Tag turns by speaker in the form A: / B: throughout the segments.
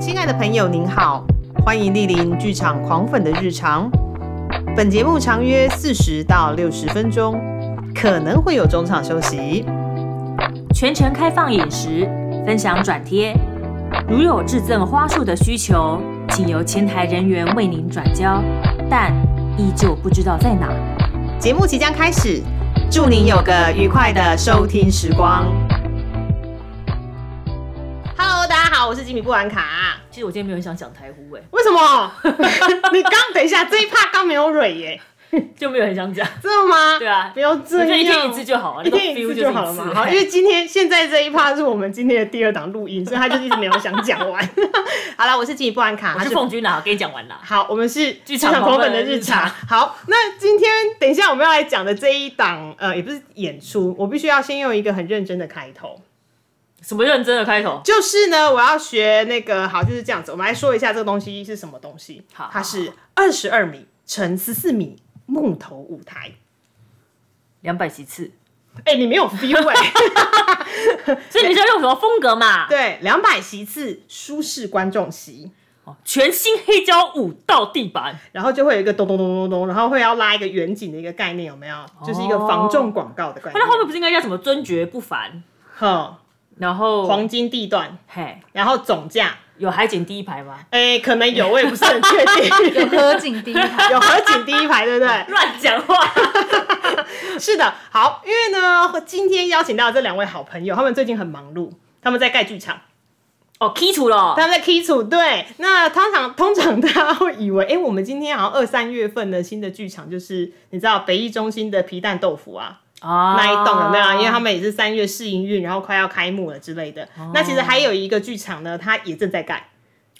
A: 亲爱的朋友，您好，欢迎莅临剧场狂粉的日常。本节目长约四十到六十分钟，可能会有中场休息。
B: 全程开放饮食，分享转贴。如有致赠花束的需求，请由前台人员为您转交，但依旧不知道在哪。
A: 节目即将开始，祝您有个愉快的收听时光。Hello，大家好，我是吉米布兰卡。
B: 其实我今天没有很想讲台呼哎、
A: 为什么？ 你刚等一下，这一趴刚没有蕊耶，
B: 就没有很想讲。
A: 真的吗？
B: 对啊
A: 不要
B: 我
A: 这样，
B: 觉得一天一次就好了，
A: 一
B: 那个
A: 天
B: feel
A: 一次
B: 就是
A: 就
B: 一
A: 好了
B: 次
A: 嘛。好，因为今天现在这一趴是我们今天的第二档录音，所以他就一直没有想讲完。 好了，我是吉米布兰卡，
B: 我
A: 他
B: 是凤君啦，我跟你讲完啦。
A: 好，我们是
B: 剧场
A: 狂
B: 狂
A: 粉
B: 粉
A: 的
B: 的
A: 日
B: 日
A: 常
B: 常。
A: 好，那今天等一下我们要来讲的这一档，呃，也不是演出，我必须要先用一个很认真的开头。
B: 什么认真的开头？
A: 就是呢，我要学那个，好，就是这样子。我们来说一下这个东西是什么东西。
B: 好
A: 它是二十二米乘十四米木头舞台。
B: 两百几次，
A: 哎、你没有 feel 哎、
B: 所以你是要用什么风格嘛？
A: 对，两百席次舒适观众席，
B: 哦全新黑胶舞到地板，
A: 然后就会有一个咚咚咚咚咚，然后会要拉一个远景的一个概念，有没有？就是一个防重广告的概
B: 哦那
A: 念。
B: 后面不是应该叫什么尊爵不凡？
A: 哼，
B: 然后
A: 黄金地段，
B: 嘿，
A: 然后总价，
B: 有海景第一排吗？
A: 哎、可能有，我也不是很确定。
C: 有合景第一排，
A: 有合景第一排，对不对？
B: 乱讲话。
A: 是的，好，因为呢，今天邀请到这两位好朋友，他们最近很忙碌，他们在盖剧场，
B: 哦，剔除了哦，
A: 他们在 K 组队。那通常通常 大家会以为，哎、我们今天好像二三月份的新的剧场，就是你知道北艺中心的皮蛋豆腐啊。
B: 那
A: 那一栋有没
B: 哦
A: 啊有？因为他们也是三月试营运，然后快要开幕了之类的。那其实还有一个剧场呢，它也正在盖，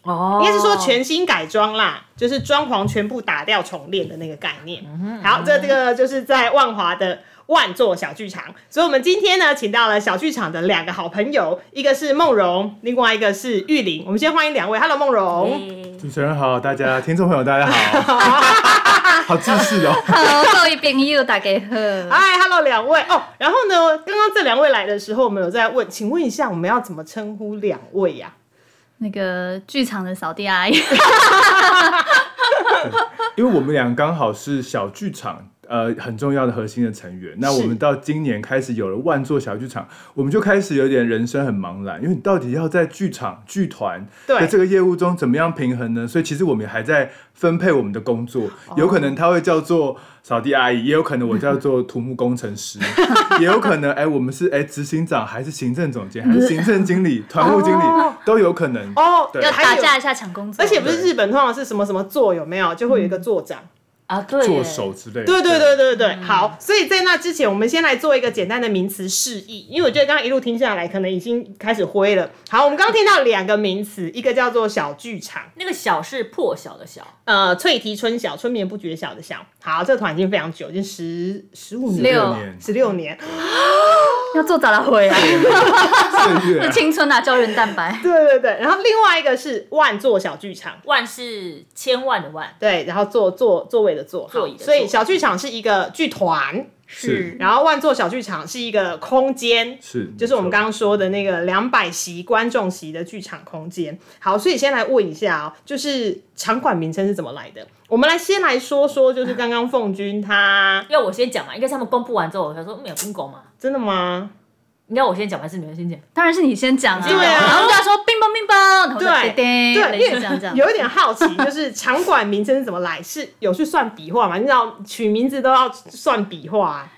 B: 哦，
A: 应该是说全新改装啦，就是装潢全部打掉重练的那个概念。好，这这个就是在万华的万座小剧场，所以我们今天呢，请到了小剧场的两个好朋友，一个是梦荣，另外一个是玉玲。我们先欢迎两位，Hello，梦荣。
B: 哎
D: 主持人好，大家听众朋友大家好，好自私哦。
C: 好，各位朋友大家好，
A: 嗨，Hello，两位哦。然后呢，刚刚这两位来的时候，我们有在问，请问一下，我们要怎么称呼两位呀、
C: 那个剧场的扫地阿姨，
D: 因为我们俩刚好是小剧场。呃，很重要的核心的成员。那我
A: 是
D: 们到今年开始有了万座小剧场，我们就开始有点人生很茫然，因为你到底要在剧场、剧团
A: 对
D: 的这个业务中怎么样平衡呢？所以其实我们还在分配我们的工作，
A: 哦
D: 有可能他会叫做扫地阿姨，也有可能我叫做土木工 程师，也有可能哎、我们是哎执、行长还是行政总监还是行政经理、团务经理、都有可能。
A: 哦，
D: 对
C: 要
A: 还
C: 打
A: 有
C: 架一下抢工作，
A: 而且不是日本通常是什么什么座有没有，就会有一个座长。
B: 啊，对耶，
D: 做手之类的。
A: 对对对对对，好，所以在那之前，我们先来做一个简单的名词释义，因为我觉得刚刚一路听下来，可能已经开始灰了。好，我们刚刚听到两个名词，一个叫做小剧场，
B: 那个小是破晓的小，
A: 呃，翠啼春晓，春眠不觉晓的晓。好，这个团已经非常久，已经十十五年、
C: 六
D: 年
A: 十六年。
C: 要做早了回啊，
D: 岁月 啊
C: 青春啊，胶原蛋白，
A: 对对对，然后另外一个是万座小剧场。
B: 万是千万的万，
A: 对，然后座座座位的座，
B: 座椅的
A: 好所以
B: 座
A: 小剧场是一个剧团，
D: 是
A: 然后万座小剧场是一个空间，
D: 是，
A: 就是我们
D: 没错
A: 刚刚说的那个两百席观众席的剧场空间。好，所以先来问一下哦，就是场馆名称是怎么来的？我们来先来说说，就是刚刚凤君他
B: 要我先讲嘛，应该是他们公布完之后，我才说没有公狗嘛，
A: 真的吗？
B: 应该我先讲还是你们先讲？
C: 当然是你先讲啊，
A: 对啊
C: 然后大家说乒乓乒乓，然后再叮叮，
A: 对，
C: 类
A: 因
C: 似这样这
A: 为
C: 样，
A: 有一点好奇，就是场馆名称是怎么来？是有去算笔画吗？你知道取名字都要算笔画、啊，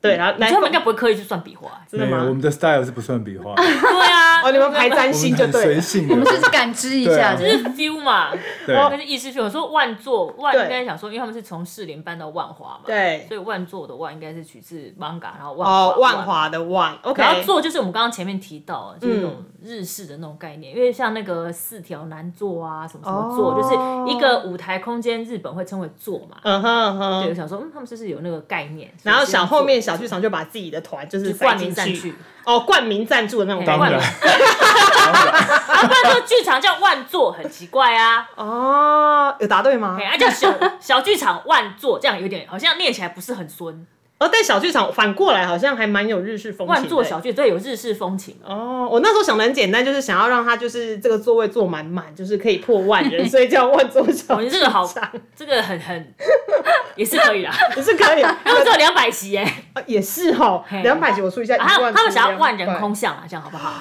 A: 对，然后
B: 所
A: 来，
B: 以他们应该不会刻意去算笔画
A: 真的
D: 没有我
A: 吗？
D: 们的 style 是不算笔画，
B: 对啊，
A: 哦，你们排占
D: 我
A: 星
D: 们
A: 就
D: 很
A: 对
D: 随
A: 了。
D: 性
C: 我
D: 的
C: 们。是感知一
D: 啊
C: 下
B: 就是
C: 的，
B: feel 嘛，
D: 对，
B: 那是意识 feel。我说万座万
A: 对
B: 应该想说，因为他们是从士林搬到万华嘛，，
A: 对，
B: 所以万座的万应该是取自 manga，然后万
A: 哦，
B: 万
A: 万华的万，OK，嗯
B: 然后座就是我们刚刚前面提到的，就是那种日式的那种概念，因为像那个四条男座啊，什么什么座，
A: 哦
B: 就是一个舞台空间，日本会称为座嘛。
A: 嗯哼嗯哼，
B: 对，我想说，嗯，他们是不是有那个概念？
A: 然后
B: 所以
A: 想
B: 是用座
A: 后面小剧场就把自己的团就是
B: 就冠
A: 塞
B: 名
A: 进
B: 赞
A: 去
B: 去，
A: 哦，冠名赞助的那种
D: 当
A: 概
B: 冠
D: 然
A: 念
B: 名啊，不然说剧场叫万座很奇怪啊，
A: 哦，有答对吗
B: 哎，？啊叫小小剧场万座，这样有点好像念起来不是很孙，
A: 哦，但小剧场反过来好像还蛮有日式风情的。
E: 万座小剧对有日式风情哦。
A: 哦，我那时候想的很简单，就是想要让它就是这个座位坐满满，就是可以破万人，所以叫万座小
E: 哦
A: 剧
E: 你这个好
A: 场
E: 这个很 很也是可以啦，
A: 也是可以，
E: 他们只有两百席哎，
A: 呃也是哈，
E: 嘿
A: 两百九出一下，
E: 啊他
A: 一万
E: 们他们想要
A: 出
E: 万人
A: 两百
E: 空巷啊，这样好不好？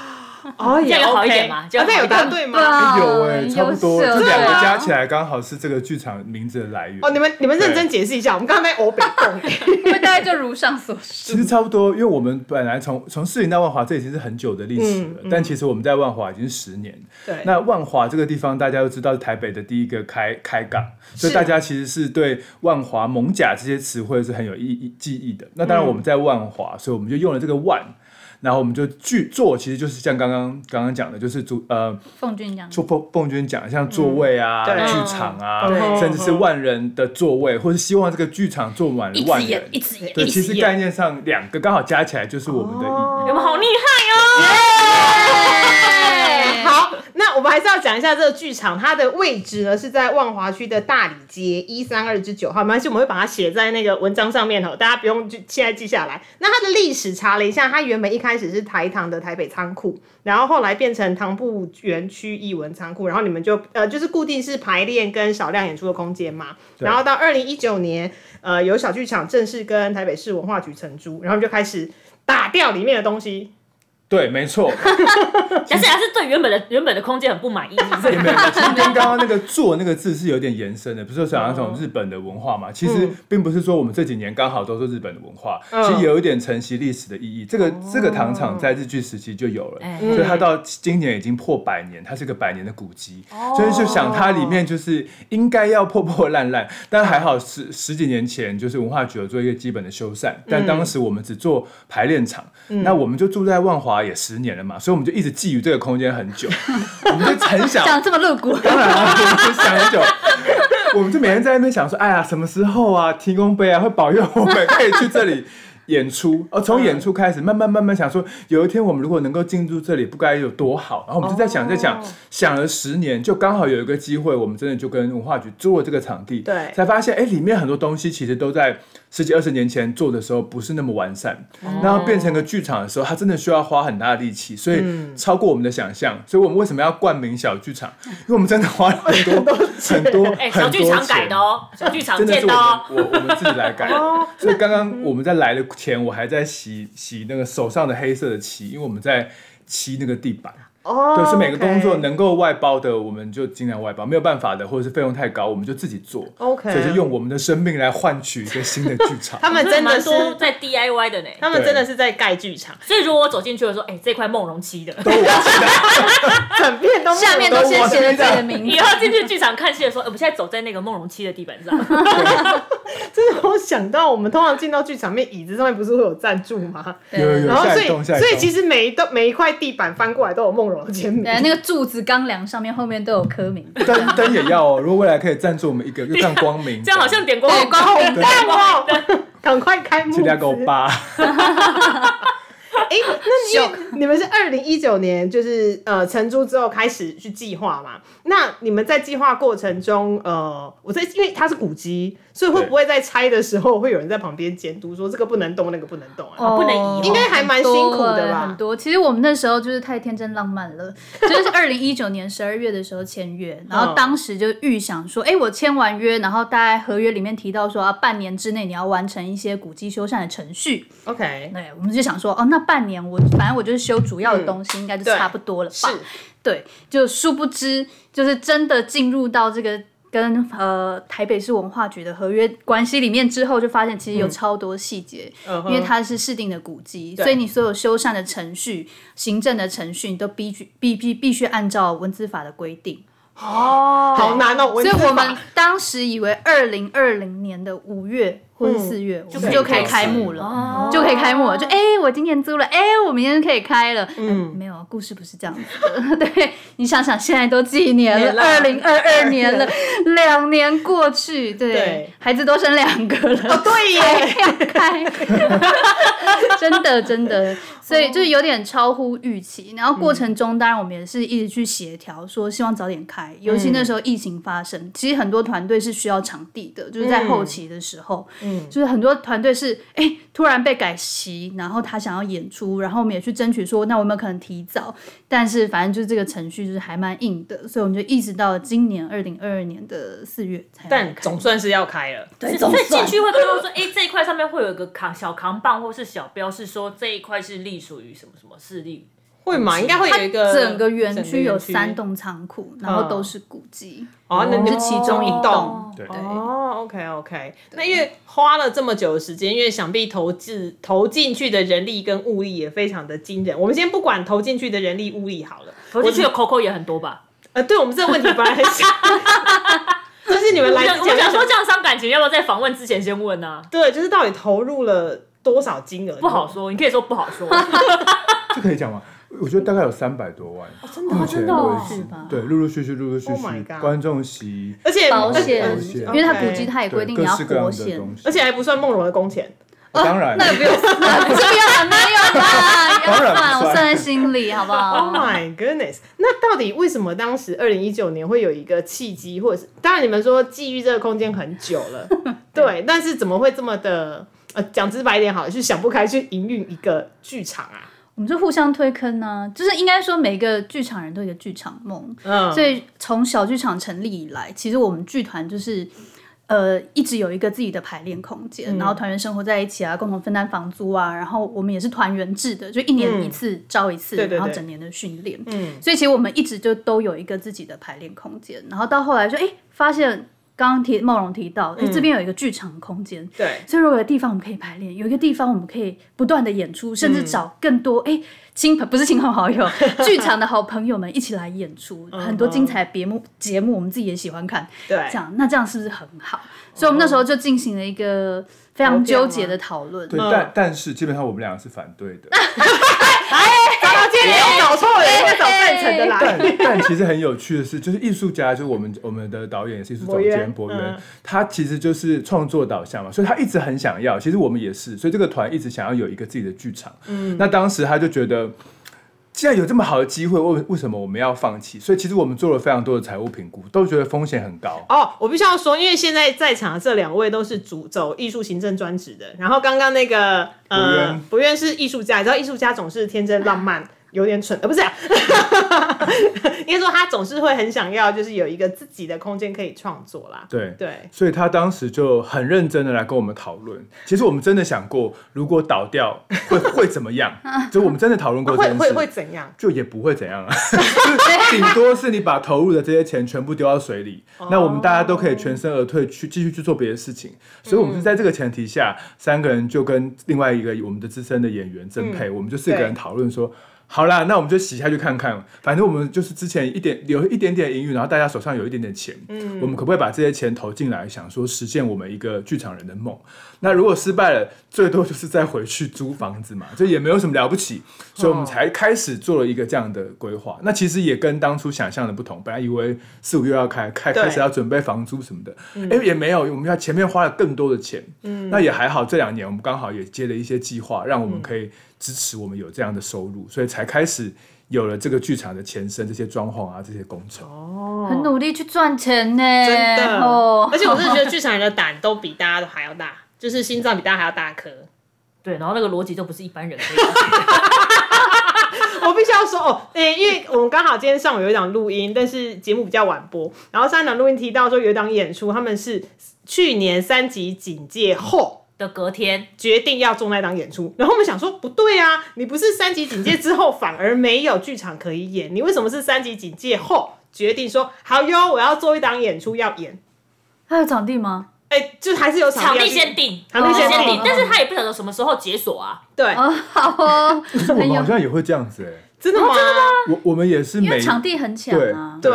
A: 哦，也
E: 这样有好一点
A: OK
E: 吗这
A: 啊
E: 样
A: 那有
E: 好一点
A: 答对吗？
C: 啊
D: 有哎，差不多，
C: 优秀
D: 这两个
A: 对啊
D: 加起来刚好是这个剧场名字的来源。
A: 哦，你们你们认真解释一下，我们刚刚在欧北共
C: 因为大概就如上所述。
D: 其实差不多，因为我们本来从从士林到万华，这已经是很久的历史了。
A: 嗯嗯
D: 但其实我们在万华已经十年。
A: 对，
D: 那万华这个地方，大家都知道是台北的第一个开开港，所以
A: 是
D: 大家其实是对万华、蒙甲这些词汇是很有意义记忆的。那当然我们在万华，所以我们就用了这个万。然后我们就聚坐，其实就是像刚刚刚刚讲的，就是主呃，
C: 凤俊讲，
D: 就凤凤君讲的，像座位
A: 嗯
D: 啊、
A: 对嗯
D: 剧场啊，
A: 对
D: 甚至是万人的座位，或是希望这个剧场坐满
C: 一
D: 万
C: 直
D: 人
C: 演，。一直演，
D: 对，
C: 一直
D: 其实概念上两个刚好加起来就是我们的意义。
E: 你们好厉害哦！
C: 演。
A: 好，那我们还是要讲一下这个剧场，它的位置呢是在万华区的大理街一三二之九号，没关系，我们会把它写在那个文章上面哦，大家不用记，现在记下来。那它的历史查了一下，它原本一开始是台糖的台北仓库，然后后来变成糖布园区艺文仓库，然后你们就呃就是固定是排练跟少量演出的空间嘛，
D: 对
A: 然后到二零一九年，呃有小剧场正式跟台北市文化局承租，然后就开始打掉里面的东西，
D: 对，没错。
E: 但是还是对原本的原本的空间很不满意，是不是
D: 也没有，其实跟刚刚那个“做”那个字是有点延伸的，不是说想要从日本的文化嘛？其实并不是说我们这几年刚好都是日本的文化，
A: 嗯
D: 其实有一点承袭历史的意义。这个这个糖厂在日据时期就有了，
E: 哎
D: 所以它到今年已经破百年，它是个百年的古迹，所以就想它里面就是应该要破破烂烂，但还好十十几年前就是文化局有做一个基本的修缮，但当时我们只做排练场，那我们就住在万华也十年了嘛，所以我们就一直觊觎这个空间很久，我们就很想
C: 讲得这么露骨，
D: 当然啊，我们就想很久，我们就每天在那边想说，哎呀，什么时候啊，提供杯啊会保佑我们可以去这里演出？哦，从演出开始，慢慢慢慢想说，有一天我们如果能够进入这里，不该有多好。然后我们就在想，在想，想了十年，就刚好有一个机会，我们真的就跟文化局租了这个场地，
A: 对
D: 才发现，哎，里面很多东西其实都在十几二十年前做的时候不是那么完善，然后变成个剧场的时候，它真的需要花很大的力气，所以超过我们的想象。所以我们为什么要冠名小剧场？因为我们真的花了很 多很多
E: 哎，小
D: 很
E: 剧
D: 多
E: 场改
D: 钱
E: 的。哦，小剧场
D: 真的
E: 建
D: 是
E: 的
D: 我
E: 哦
D: 们。我我们自己来改的，
A: 哦
D: 所以刚刚我们在来的前，我还在洗洗那个手上的黑色的漆，因为我们在漆那个地板。
A: 哦，
D: 对，是每个工作
A: OK
D: 能够外包的，我们就尽量外包；没有办法的，或者是费用太高，我们就自己做。
A: 哦 OK
D: 所以就用我们的生命来换取一个新的剧 场。
A: 他们真的
E: 蛮
A: 是，
E: 多在 DIY 的呢。
A: 他们真的是在盖剧场，
E: 所以如果我走进去，我说：“哎、这块梦龙漆的。
D: 都我
A: 整片都
C: 下面都先写了自己的” 名
E: 以
C: 字。
E: 后进去剧场看戏的时候，哎我们现在走在那个梦龙漆的地板上，
A: 真的，我想到我们通常进到剧场面，椅子上面不是会有赞助吗？
D: 有有有
A: 然后
D: 下
A: 所
D: 一
A: 以
D: 栋下一栋
A: 所以其实每一栋每一块地板翻过来都有梦荣的签名，
C: 对，那个柱子钢梁上面后面都有刻名。
D: 灯灯也要哦。如果未来可以赞助我们 一个，又像光明，
E: 这样好像点光
C: 对光
A: 好棒哦！ 赶快开幕！
D: 请大家给我扒。
A: 哦哎、那因为你们是二零一九年，就是呃承租之后开始去计划嘛？那你们在计划过程中，呃，我在因为它是古迹，所以会不会在拆的时候会有人在旁边监督，说这个不能动，那个不能动啊？
E: 不能移哦
A: 应该还蛮辛苦的吧
C: 很多欸很多，其实我们那时候就是太天真浪漫了， 就是二零一九年十二月的时候签约，然后当时就预想说，哎、我签完约，然后大概合约里面提到说，啊，半年之内你要完成一些古迹修缮的程序。
A: OK，
C: 对，我们就想说，哦，那半年我反正我就是修主要的东西，应该
A: 嗯
C: 就
A: 对
C: 差不多了
A: 是
C: 吧？对，就殊不知，就是真的进入到这个跟呃台北市文化局的合约关系里面之后，就发现其实有超多细节，
A: 嗯嗯哼
C: 因为它是市定的古迹，所以你所有修缮的程序、行政的程序，你都必须必必必须按照文字法的规定。
E: 哦。
A: 好难哦、
C: 所以
A: 文字
C: 我
A: 法
C: 们当时以为二零二零年的五月或
A: 嗯
C: 者四月，我们就可以开幕了。
E: 哦
C: 就可以开幕了，就哎、我今天租了，哎、我明天就可以开了。嗯，没有，故事不是这样子的。 对，你想想，现在都几年了，二零二二年 了，两年过去，对，
A: 对
C: 孩子都生两个了，
A: 哦对耶，
C: 要开， 真的真的，所以就是有点超乎预期。然后过程中，当然我们也是一直去协调，说希望早点开，尤其那时候疫情发生，其实很多团队是需要场地的，就是在后期的时候，嗯，就是很多团队是哎、突然被改席，然后他想要演出，然后我们也去争取说，那我们有可能提早？但是反正就是这个程序就是还蛮硬的，所以我们就一直到今年二零二二年的四月才
A: 但总算是要开了。
E: 所
B: 对，
E: 以
B: 总
E: 所以进
B: 算
E: 去会看到说，哎、这一块上面会有一个扛小扛棒或是小标，是说这一块是隶属于什么什么势力。
A: 会吗？应该会有一个
C: 整个园
A: 整个
C: 区有三栋仓库，然后都是古迹，
A: 哦，那你
C: 我们
A: 就是
C: 其中一栋。
D: 对
C: 对，
A: 哦，OK OK，那因为花了这么久的时间，因为想必投资投进去的人力跟物力也非常的惊人。我们先不管投进去的人力物力好了，
E: 我进去有 Coco 也很多吧？
A: 呃，对我们这个问题本来 很想，就是你们
E: 我
A: 来
E: 想
A: 之
E: 我
A: 前
E: 想说
A: 为什么
E: 这样伤感情，要不要在访问之前先问呢、啊？
A: 对，就是到底投入了多少金额？
E: 不好说，你可以说不好说。
D: 这可以讲吗？我觉得大概有三百多万，
A: 真的
D: 目
A: 吗，
D: 前
E: 真的哦
D: 为止
C: 是吧
D: 对，陆陆续续，陆陆续
A: Oh my
D: 续
A: god，
D: 观众席，
A: 而且
C: 保险
D: 哦保险，
C: 因为它古
A: OK
C: 迹它也规定
D: 对，
C: 你
D: 各
C: 要
D: 式各样
C: 活
D: 的
C: 险，
D: 东西，哦
A: 而且还不算梦龙的工钱，
D: 当然，
C: 那不用算，不用没有啦，不
D: 当
C: 要
D: 然不
C: 算，
D: 算
C: 我算在心里，好 不
A: Oh
C: 好？
A: my goodness！那到底为什么当时二零一九年会有一个契机，或者是当然你们说觊觎这个空间很久了， 对，但是怎么会这么的呃，讲直白一点好了，是想不开去营运一个剧场啊？
C: 我们就互相推坑呢、就是应该说每个剧场人都有一个剧场梦，
A: 嗯，
C: 所以从小剧场成立以来，其实我们剧团就是。呃，一直有一个自己的排练空
A: 嗯
C: 间，然后团员生活在一起啊，共同分担房租啊，然后我们也是团员制的，就一年一次招一
A: 嗯
C: 次，
A: 对对对
C: 然后整年的训练，
A: 嗯，
C: 所以其实我们一直就都有一个自己的排练空间，然后到后来就哎发现，刚刚提茂荣提到，
A: 嗯
C: 哎这边有一个剧场空间，
A: 对，
C: 所以如果有地方我们可以排练，有一个地方我们可以不断的演
A: 嗯
C: 出，甚至找更多哎、诶亲朋不是亲朋好友， 剧场的好朋友们一起来 演出，很多精彩别目节目我们自己也喜欢看，
A: 嗯对
C: 这样那这样是不是很好？所以我们那时候就进行了一个非常纠结的讨论。
A: 嗯
D: 对，但但是基本上我们两个是反对的，
A: 大今
C: 哎
A: 天有搞错了，应该找赞成的啦。
D: 但但其实很有趣的是，就是艺术家，就是我们我们的导演也是艺术总
A: 博
D: 监
A: 渊
D: 博渊
A: 嗯，
D: 他其实就是创作导向嘛，所以他一直很想要。其实我们也是，所以这个团一直想要有一个自己的剧场。嗯，那当时他就觉得。既然有这么好的机会，为为什么我们要放弃？所以其实我们做了非常多的财务评估，都觉得风险很高。
A: 哦，我必须要说，因为现在在场的这两位都是主走艺术行政专职的，然后刚刚那个
D: 博
A: 呃
D: 渊，
A: 博渊是艺术家，你知道艺术家总是天真浪漫， 有点蠢，呃，不是、啊，应该说他总是会很想要，就是有一个自己的空间可以创作啦。
D: 对
A: 对，
D: 所以他当时就很认真的来跟我们讨论。其实我们真的想过，如果倒掉会会怎么 样？就我们真的讨论过这
A: 会
D: 件
A: 会会
D: 事，
A: 怎样？
D: 就也不会怎样啊，就是顶多是你把投入的这些钱全部丢到水里，那我们大家都可以全身而退去继续去做别的事情。所以我们是在这个前提下，三个人就跟另外一个我们的资深的演员曾佩，我们就四个人
A: 对
D: 讨论说。好啦，那我们就洗下去看看。反正我们就是之前一点有一点点盈余，然后大家手上有一点点钱，嗯，我们可不可以把这些钱投进来，想说实现我们一个剧场人的梦？那如果失败了，最多就是再回去租房子嘛，这也没有什么了不起，所以我们才开始做了一个这样的规划。那其实也跟当初想象的不同，本来以为四五月要开开
A: 对
D: 开始要准备房租什么的，哎、也没有，我们要前面花了更多的钱，嗯，那也还好，这两年我们刚好也接了一些计划，让我们可以支持我们有这样的收入，所以才开始有了这个剧场的前身，这些装潢啊，这些工程。
C: 很努力去赚钱呢，
A: 哦真的，
C: 哦
A: 而且我真的觉得剧场人的胆都比大家都还要大，就是心脏比大家还要大颗。
E: 对，然后那个逻辑就不是一般人可以理解的。
A: 我必须要说哦，诶、因为我们刚好今天上午有一档录音，但是节目比较晚播。然后上一档录音提到说有一档演出，他们是去年三级警戒后
E: 的隔天，
A: 决定要做那档演出，然后我们想说不对啊，你不是三级警戒之后反而没有剧场可以演，你为什么是三级警戒后决定说好哟，我要做一档演出要演？
C: 还有场地吗？
A: 哎、就还是有场啊
E: 场
A: 地要
E: 地
A: 去
E: 先定，
A: 场地
C: 先定
E: 先定
C: 哦，
E: 但是他也不晓得什么时候解锁啊。
A: 对，
C: 哦，好哦，
D: 可是我
C: 很
D: 们
C: 有
D: 好像也会这样子哎、
A: 哦真的吗？
D: 我我们也是
C: 因为
D: 每
C: 场地很抢
D: 对
C: 啊，
A: 对，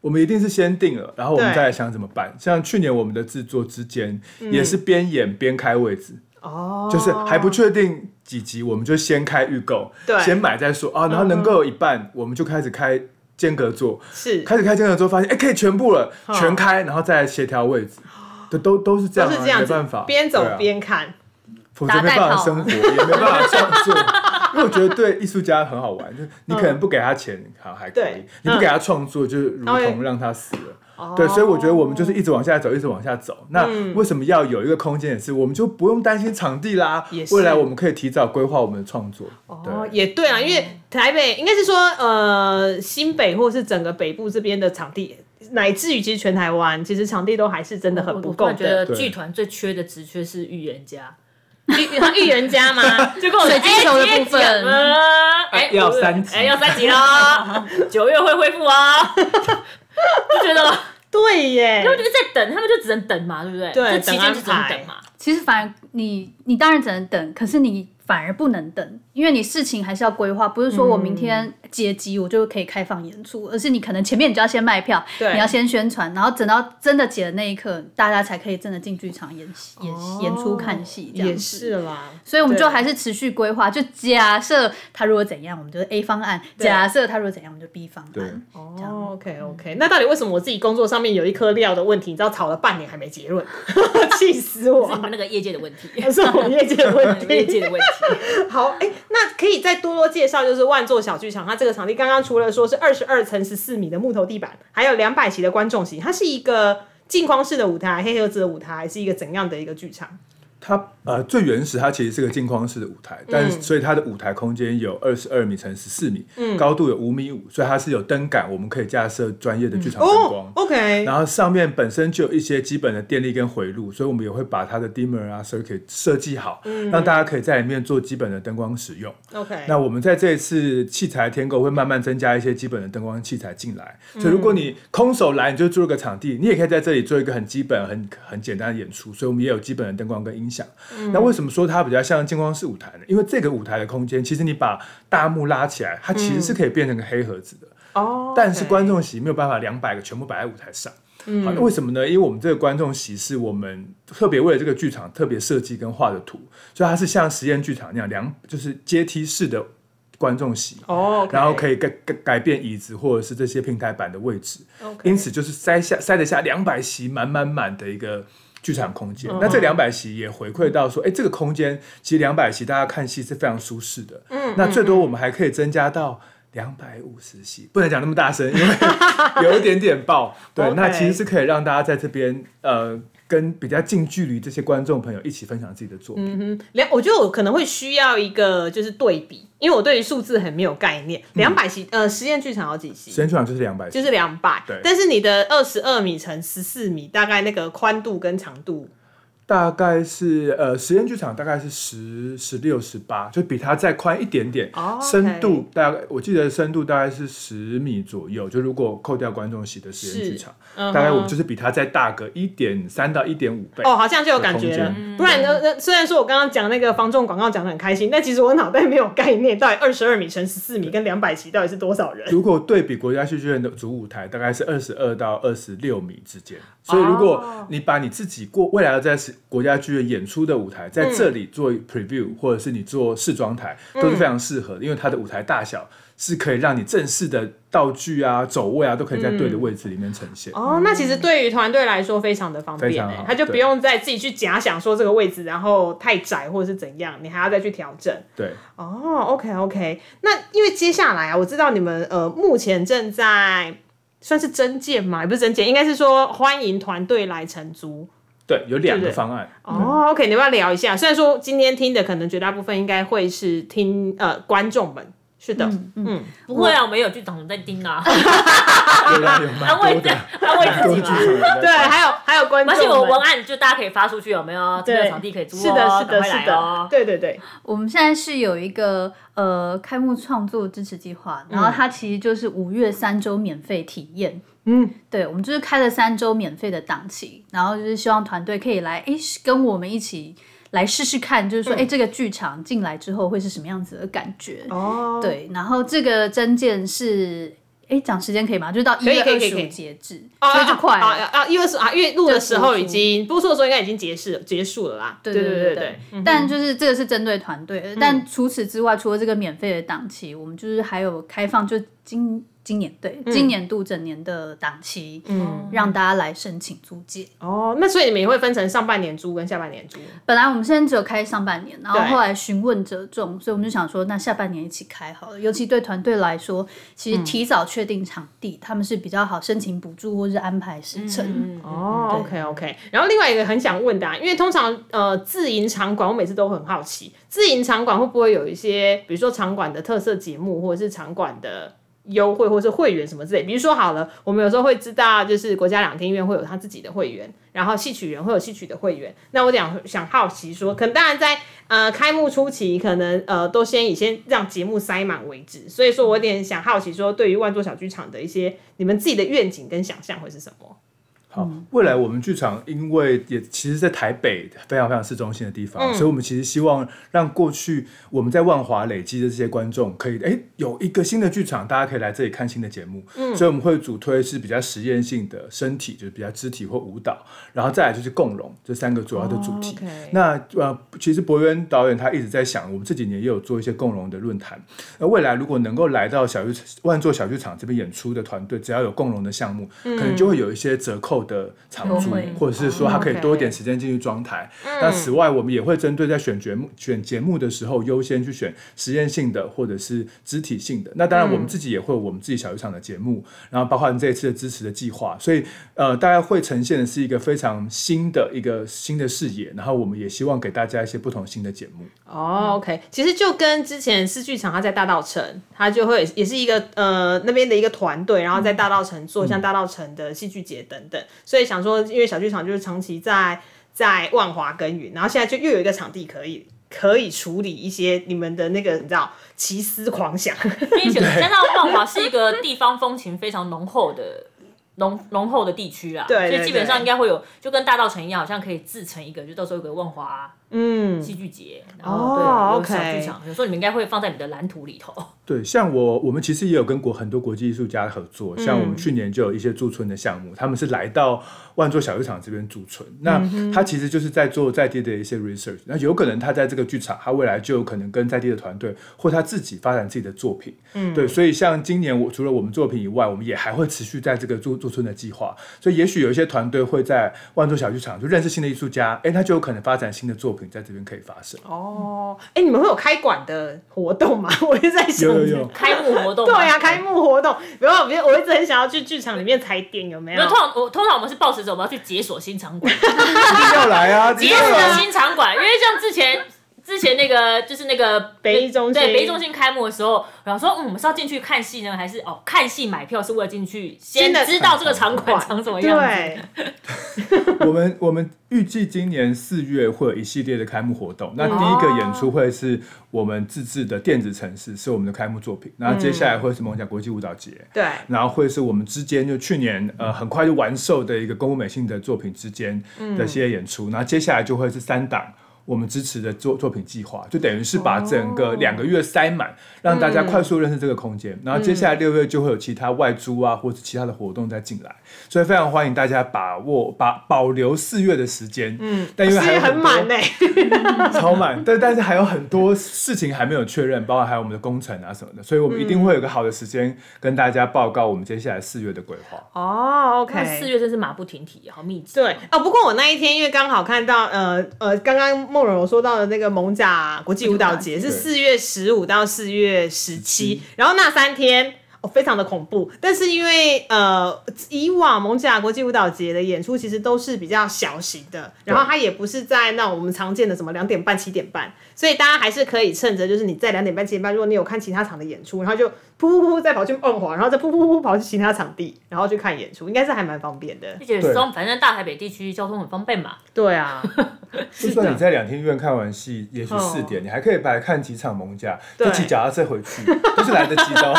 D: 我们一定是先定了，然后我们
A: 对嗯
D: 再来想怎么办。像去年我们的制作之间也是边演边开位置，
A: 哦，
D: 就是还不确定几集，我们就先开预购，
A: 对嗯
D: 先买再说啊。然后能够有一半，我们就开始开间隔座，
A: 是
D: 开始开间隔座，发现哎、可以全部了，
A: 哦
D: 全开，然后再来协调位置。都都都是这样、
A: 都
D: 啊，
A: 是这样
D: 没
A: 子
D: 办法，，
A: 边走
D: 对啊
A: 边看。
D: 否则没办法生活，也没办法创作。因为我觉得对艺术家很好玩，就是你可能不给他钱，好还可
A: 嗯
D: 以
A: 对；嗯哦
D: 你不给他创作，就是如
A: 他会
D: 同让他死了。对，所以我觉得我们就是一直往下走，一直往下走。那
A: 嗯
D: 为什么要有一个空间？也是我们就不用担心场地啦
A: 也。是
D: 未来我们可以提早规划我们的创作。
A: 哦，
D: 对，
A: 也对啊，因为台北应该是说，呃，新北或是整个北部这边的场地，乃至于其实全台湾，其实场地都还是真的很不
B: 我突
A: 够
B: 然觉
A: 的。
B: 得
D: 对
B: 剧团最缺的职缺是预言家，
A: 预预言 家嘛，
B: 就跟我
C: 水晶球的部分
B: 哎直接讲了哎，
D: 要三级
B: 哎，要三级啦，九月会恢复啊，就觉得
A: 对耶
B: 他，们就是在等，他们就只能等嘛，对不对？
A: 对
B: 这期间就只能等嘛。
C: 其实反而你你当然只能等，可是你反而不能等，因为你事情还是要规划，不是说我明天接机我就可以开放演出，而是你可能前面你就要先卖票，
A: 对
C: 你要先宣传，然后等到真的解的那一刻，大家才可以真的进剧场演戏、演戏演出看戏这样
A: 哦也
C: 子。
A: 是啦。
C: 所以我们就
A: 对
C: 还是持续规划，就假设他如果怎样，我们就是 A 方案；假设他如果怎样，我们就 B 方
D: 对
C: 案。这样
A: 哦，OK OK，那到底为什么我自己工作上面有一颗料的问题，你知道吵了半年还没结论， 气死我
B: 是你
A: 了！
B: 们那个业界的问题，
A: 是我业界的问
B: 你们业
A: 题。
B: 界的问题。
A: 好，哎、那可以再多多介绍，就是万座小剧场，它这个场地刚刚除了说是二十二层十四米的木头地板，还有两百席的观众席，它是一个镜框式的舞台，黑盒子的舞台，是一个怎样的一个剧场？
D: 它呃最原始它其实是个镜框式的舞
A: 嗯
D: 台，但是所以它的舞台空间有二十二米乘十四米，
A: 嗯
D: 高度有五米五，所以它是有灯杆，我们可以架设专业的剧场灯光。
A: 哦，OK，
D: 然后上面本身就有一些基本的电力跟回路，所以我们也会把它的 dimmer 啊 circuit 设计好，让大家可以在里面做基本的灯光使用。
A: OK，
D: 那我们在这一次器材添购会慢慢增加一些基本的灯光器材进来，所以如果你空手来，你就租了个场地，你也可以在这里做一个很基本、很很简单的演出。所以我们也有基本的灯光跟音响。那为什么说它比较像镜光式舞台呢？因为这个舞台的空间，其实你把大幕拉起来，它其实是可以变成个黑盒子的。
A: 哦，
D: 但是观众席没有办法两百个全部摆在舞台上。好，那为什么呢？因为我们这个观众席是我们特别为了这个剧场特别设计跟画的图，所以它是像实验剧场那样两就是阶梯式的观众席。
A: 哦
D: 然后可
A: 以
D: 以改改改变椅子或者是这些平台板的位置，因此就是塞下塞得下两百席满满满的一个剧场空间。那这两百席也回馈到说，哎，这个空间其实两百席大家看戏是非常舒适的。嗯，那最多我们还可以增加到。两百五十席，不能讲那么大声，因 为有一点点爆。对
A: OK
D: 那其实是可以让大家在这边，呃，跟比较近距离这些观众朋友一起分享自己的作品。
A: 两，我觉得我可能会需要一个就是对比，因为我对于数字很没有概念。两百席，呃，实验剧场有几席？
D: 嗯实验剧场就是两百，
A: 就是两百
D: 对，
A: 但是你的二十二米乘十四米，大概那个宽度跟长度，
D: 大概是呃，实验剧场大概是十十六十八，就比它再宽一点点。
A: 哦，OK
D: 深度大概我记得深度大概是十米左右，就如果扣掉观众席的实验剧场，
A: 嗯哼
D: 大概我们就是比它再大个一点三到一点五倍。
A: 哦，好像就有感觉
D: 有
A: 了
D: 空间。
A: 不然呢，那虽然说我刚刚讲那个防重广告讲的很开心，但其实我脑袋没有概念，到底二十二米乘十四米跟两百席到底是多少 人？
D: 如果对比国家戏剧院的主舞台，大概是二十二到二十六米之
B: 哦
D: 间。所以，如果你把你自己过未来要在国家剧院演出的舞台，
B: 嗯
D: 在这里做 preview，、或者是你做试妆台，都是非常适合的，因为它的舞台大小是可以让你正式的道具啊、走位啊，都可以在对的位置里面呈现。
A: 哦，那其实对于团队来说非常的方
D: 非
A: 便、
D: 常
A: 欸
D: 好，
A: 他就不
D: 对
A: 用再自己去假想说这个位置然后太窄或者是怎样，你还要再去调整。
D: 对，
A: 哦，OK OK，那因为接下来啊，我知道你们呃目前正在算是增建嘛，也不是增建，应该是说欢迎团队来承租。
D: 对，有两
A: 对
D: 个
A: 对
D: 方案。
A: 哦，OK，你要不要聊一下？虽然说今天听的可能绝大部分应该会是听呃观众们，是的，嗯，
B: 不会啊，我们也有剧场在盯啊，
D: 有啦，有蛮
B: 安慰
D: 多
B: 自
D: 的，
B: 安慰
D: 蛮多
B: 自
D: 剧
B: 己嘛
D: 场。有在
A: 对，还有还有观众
B: 而
A: 们，
B: 且我文案就大家可以发出去，有没有？这
A: 对
B: 个场地可以租哦，
A: 是的，是
B: 赶
A: 的，
B: 快来
A: 是的
B: 哦，。
A: 对对对，
C: 我们现在是有一个呃开幕创作支持计划，然后它其实就是五月三周免费体验。
A: 嗯，
C: 对，我们就是开了三周免费的档期，然后就是希望团队可以来，诶，跟我们一起来试试看，就是说，诶，这个剧场进来之后会是什么样子的感觉？
A: 嗯哦，
C: 对，然后这个证件是，诶，讲时间可以吗？就是到一
A: 以
C: 月
A: 可以
C: 二
A: 可以
C: 十
A: 可以
C: 五截止，
A: 啊，
C: 所以就快了。
A: 啊啊啊！因为是啊，因为录的时候
C: 就
A: 已
C: 结束
A: 经播出的时候应该已经结束结束了啦，对
C: 对
A: 对嗯
C: 对
A: 对，
C: 但就是这个是针对团队的，但除此之外，除了这个免费的档期，我们就是还有开放，就今今年对、今年度整年的档期，
A: 嗯
C: 让大家来申请租借。
A: 哦，那所以你们也会分成上半年租跟下半年租，
C: 本来我们现在只有开上半年，然后
A: 对
C: 后来询问者众，所以我们就想说，那下半年一起开好了。尤其对团队来说，其
A: 嗯
C: 实提早确定场地，他们是比较好申请补助或是安排时
B: 嗯
C: 程。
A: 哦，OK OK。然后另外一个很想问的、啊，因为通常呃自营场馆，我每次都很好奇，自营场馆会不会有一些，比如说场馆的特色节目，或者是场馆的优惠，或是会员什么之类。比如说好了，我们有时候会知道，就是国家两厅院会有他自己的会员，然后戏曲人会有戏曲的会员。那我想想好奇说，可能当然在呃开幕初期，可能呃都先以先让节目塞满为止。所以说我有点想好奇说，对于万座小剧场的一些你们自己的愿景跟想象会是什么？
D: 好，未来我们剧场因为也其实，在台北非常非常市中心的地方，所以我们其实希望让过去我们在万华累积的这些观众，可以哎有一个新的剧场，大家可以来这里看新的节目。所以我们会主推是比较实验性的身体，就是比较肢体或舞蹈，然后再来就是共融这三个主要的主题。
A: 哦，OK
D: 那呃，其实博渊导演他一直在想，我们这几年也有做一些共融的论坛。那未来如果能够来到小剧万座小剧场这边演出的团队，只要有共融的项目，可能就会有一些折扣的场
C: 嗯优
D: 租
C: 惠，哦
D: 或者是说他可以多一点时间进去装台。那此外，我们也会针对在选节目选节目的时候，优先去选实验性的或者是肢体性的。那当然，我们自己也会有我们自己小剧场的节目，然后包括这一次的支持的计划，所以呃，大概会呈现的是一个非常新的一个新的视野。然后我们也希望给大家一些不同新的节目。嗯
A: 哦、o k 其实就跟之前是剧场，他在大道城，他就会也是一个呃那边的一个团队，然后
D: 嗯
A: 在大道城做像大道城的戏剧节等等，所以想说，因为小剧场就是长期在在万华耕耘，然后现在就又有一个场地可以可以处理一些你们的那个你知道奇思狂想，
B: 并且加上万华是一个地方风情非常浓厚的。浓浓厚的地区啦，
A: 对对
B: 所以基本上
A: 对
B: 应该会有，就跟大道城一样，好像可以自成一个，就到时候有个万华
A: 嗯，
B: 戏剧节，然
A: 哦
B: 后对，有小
A: OK
B: 剧场，有时候你们应该会放在你们的蓝图里头。
D: 对，像我我们其实也有跟国很多国际艺术家合作，像我们去年就有一些驻村的项目，他们是来到万座小剧场这边驻村。那他其实就是在做在地的一些 research，那有可能他在这个剧场，他未来就有可能跟在地的团队或他自己发展自己的作品。嗯，对，所以像今年我除了我们作品以外，我们也还会持续在这个驻驻村的计划，所以也许有一些团队会在万座小剧场就认识新的艺术家，哎，他就有可能发展新的作品在这边可以发生。
A: 哦，哎，你们会有开馆的活动吗？ 我就在想，
D: 有有有。
B: 开幕活动
A: 对
B: 嘛，
A: 呀、开幕活动，比如我，比如我一直很想要去剧场里面踩点，有没有
B: 没有。？通常我通常我们是抱持着我们要去解锁新场馆，
D: 一定要来啊！
B: 解锁新场馆，因为像之前之前那个就是那个
A: 北艺中心
B: 对北艺中心开幕的时候，然后说嗯，我们是要进去看戏呢，还是哦看戏买票是为了进去先
A: 新的
B: 知道这个场馆长什么样子？
A: 对，
D: 我们我们预计今年四月会有一系列的开幕活动。那第一个演出会是我们自制的电子城市，是我们的开幕作品。然后接下来会是蒙甲国际舞蹈节，
A: 对，
D: 然后会是我们之间就去年呃很快就完售的一个公共美信的作品之间的一些演出。然后接下来就会是三档。我们支持的作作品计划，就等于是把整个两个月塞满，
A: 嗯
D: 让大家快速认识这个空间。然后接下来六月就会有其他外租啊，或者其他的活动再进来。所以非常欢迎大家把握把保留四月的时间，嗯，但因为还
A: 事业
D: 有
A: 很
D: 多
A: 满呢、欸
D: 超满，但但是还有很多事情还没有确认，包括还有我们的工程啊什么的，所以我们一定会有个好的时间跟大家报告我们接下来四月的规划。
A: 哦
B: 那四
A: ，OK。
B: 月真是马不停蹄，好密集。
A: 对哦，不过我那一天因为刚好看到，呃呃，刚刚梦柔说到的那个蒙甲国际舞蹈节是
D: 对
A: 四月十五到四月十七，然后那三天哦非常的恐怖，但是因为呃以往蒙甲国际舞蹈节的演出其实都是比较小型的，然后它也不是在那种我们常见的什么两点半七点半，所以大家还是可以趁着就是你在两点半七点半，如果你有看其他场的演出，然后就噗噗噗再跑去梦华，然后再噗噗噗跑去其他场地，然后去看演出，应该是还蛮方便的
B: 而。且
D: 对
B: 双反正大台北地区交通很方便嘛，
A: 对啊。
D: 就算你在两天院看完戏，也许四点，你还可以来看几场蒙甲，就
A: 对
D: 骑脚踏车回去，都是来得及的哦。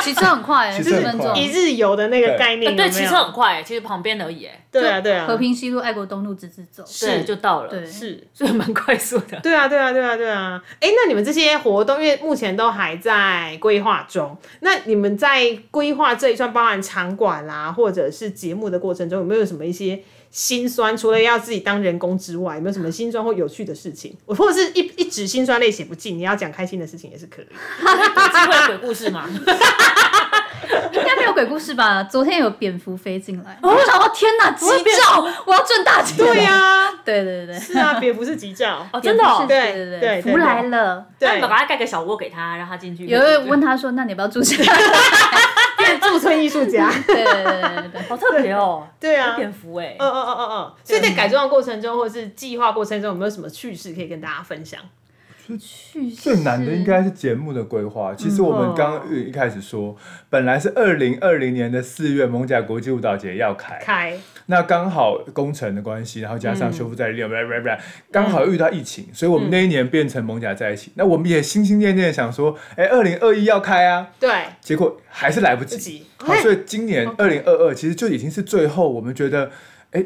C: 骑车很快、欸，
D: 骑车
C: 四
D: 很
C: 分
D: 快啊
C: 钟。
A: 一日游的那个概念有
B: 但
A: 没有，
B: 呃对，骑车很快，其实旁边而已，哎
A: 对啊，对
C: 和
A: 啊，
C: 平西路、爱国东路直直走。
B: 对，就到了，
C: 对，
A: 是，
B: 所以蛮快速的。
A: 对啊，对啊，对啊，对啊。哎，那你们这些活动，因为目前都还在规划中，那你们在规划这一串包含场馆啦、或者是节目的过程中，有没有什么一些心酸？除了要自己当人工之外，有没有什么心酸或有趣的事情？我或者是一一直心酸泪写不尽，你要讲开心的事情也是可以。
B: 有机会鬼故事嘛？
C: 应该鬼故事吧，昨天有蝙蝠飞进
A: 哦
C: 来，我想说天哪，急兆，我要赚大钱。
A: 对呀、
C: 对对对对，
A: 是啊，蝙蝠是急兆。
B: 啊哦，真的哦
A: 对
C: 蝙蝠是对对
A: 对对
C: 福来了。
B: 那
A: 对
B: 你们，把它盖个小窝给他，让他进去。
C: 有人问他说：“那你要不要住 家？”
A: 驻村艺术 家。
C: 对对对对对，
B: 好特别哦，
A: 对啊，
B: 蝙蝠哎，
A: 嗯嗯嗯嗯嗯，所以在改装的过程中，或是计划过程中，有没有什么趣事可以跟大家分享？
C: 去
D: 最难的应该是节目的规划。其实我们刚刚一开始说，本来是二零二零年的四月蒙甲国际舞蹈节要开，
A: 开，
D: 那刚好工程的关系，然后加上修复在力，刚好遇到疫情，所以我们那一年变成蒙甲在一起。那我们也心心念念地想说，哎，二零二一要开啊，
A: 对，
D: 结果还是来不
A: 不及
D: 及。好，所以今年二零二二其实就已经是最后，我们觉得，哎，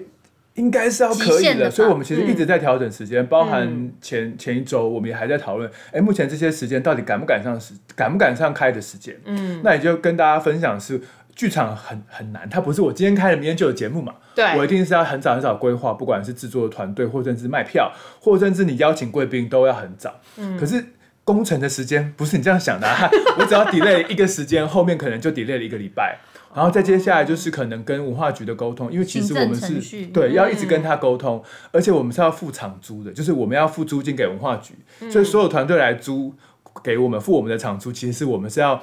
D: 应该是要可
C: 极
D: 以
C: 限了
D: 了。
C: 吧
D: 所以我们其实一直在调整时间，包含前前一周我们也还在讨论，哎，目前这些时间到底赶不赶上时，赶不赶上开的时间？
A: 嗯，
D: 那也就跟大家分享是。剧场很很难，它不是我今天开了，明天就有节目嘛。我一
A: 对，
D: 定是要很早很早规划，不管是制作团队，或甚至卖票，或甚至你邀请贵宾都要很早。
C: 嗯
D: 可是工程的时间不是你这样想的、啊， 我只要 delay 一个时间，后面可能就 delay 了一个礼拜。然后再接下来就是可能跟文化局的沟通，因为其实我们
C: 行政程
D: 是
C: 序
D: 对要一直跟他沟通，而且我们是要付场租的，就是我们要付租金给文化局，
C: 嗯
D: 所以所有团队来租给我们付我们的场租，其实是我们是要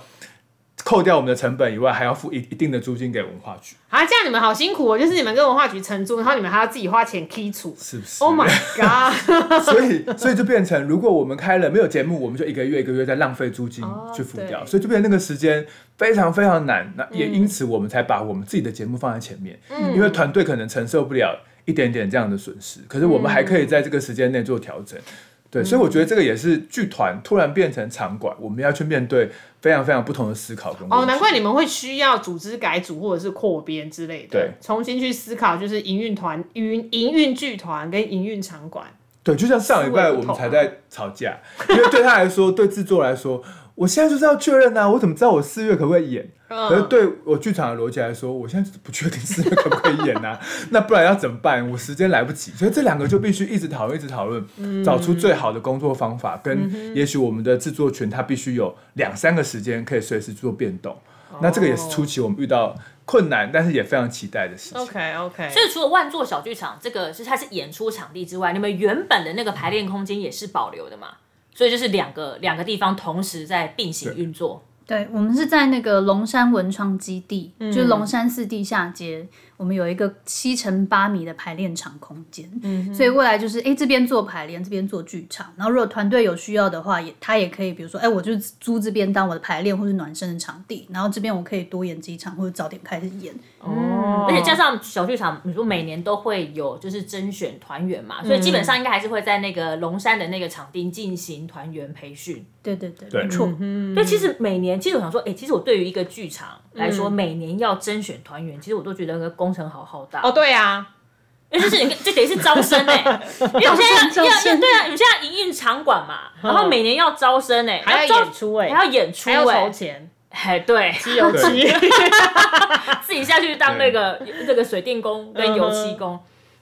D: 扣掉我们的成本以外，还要付一一定的租金给文化局，
A: 啊，这样你们好辛苦哦，就是你们跟文化局承租，然后你们还要自己花钱剔除。
D: 是不是
A: Oh my god！
D: 所以，所以就变成，如果我们开了没有节目，我们就一个月一个月在浪费租金
A: 哦
D: 去付掉，
A: 对
D: 所以就变成那个时间非常非常难。那也因此，我们才把我们自己的节目放在前面，
A: 嗯
D: 因为团队可能承受不了一点点这样的损失，可是我们还可以在这个时间内做调整。
A: 嗯
D: 对，所以我觉得这个也是剧团突然变成场馆，我们要去面对非常非常不同的思考跟问
A: 哦，
D: 题
A: 难怪你们会需要组织改组或者是扩编之类的，
D: 对，
A: 重新去思考就是营运团、营营运剧团跟营运场馆。
D: 对，就像上礼拜我们才在吵架，因为对他来说，对制作来说，我现在就是要确认啊，我怎么知道我四月可不可以演？可是
A: 嗯，
D: 对我剧场的逻辑来说，我现在就是不确定四月可不可以演呐、 那不然要怎么办？我时间来不及，所以这两个就必须一直讨论，一直讨论，找出最好的工作方法，跟也许我们的制作群它必须有两三个时间可以随时做变动。那这个也是初期我们遇到困难，但是也非常期待的事情。
A: OK OK，
B: 所以除了万座小剧场这个是它是演出场地之外，你们原本的那个排练空间也是保留的嘛？所以就是两个两个地方同时在并行运作。
C: 对，我们是在那个龙山文创基地，
A: 嗯
C: 就是龙山寺地下街，我们有一个七乘八米的排练场空间，
A: 嗯
C: 所以未来就是，哎，这边做排练，这边做剧场，然后如果团队有需要的话，也他也可以，比如说，哎，我就租这边当我的排练或是暖身的场地，然后这边我可以多演几场或者早点开始演，
B: 而且加上小剧场，你说每年都会有就是甄选团员嘛，所以基本上应该还是会在那个龙山的那个场地进行团员培训。
C: 对对对，
D: 对
C: 没
A: 嗯
C: 错，
B: 所以其实每年，其实我想说，哎、其实我对于一个剧场来说，每年要甄选团员，其实我都觉得那个工程好浩大。
A: 哦，对啊，
B: 因为就是你看，哎这等于是招生哎、 因为我们现在要要要对啊，我们现在营运场馆嘛，然后每年要招生哎、
A: 嗯还
B: 招
A: 要演出哎、
B: 还要演出
A: 还要
B: 哎
A: 筹、钱，
B: 哎对，
A: 机油漆，
B: 自己下去当那个那个水电工
A: 嗯
B: 跟油漆工，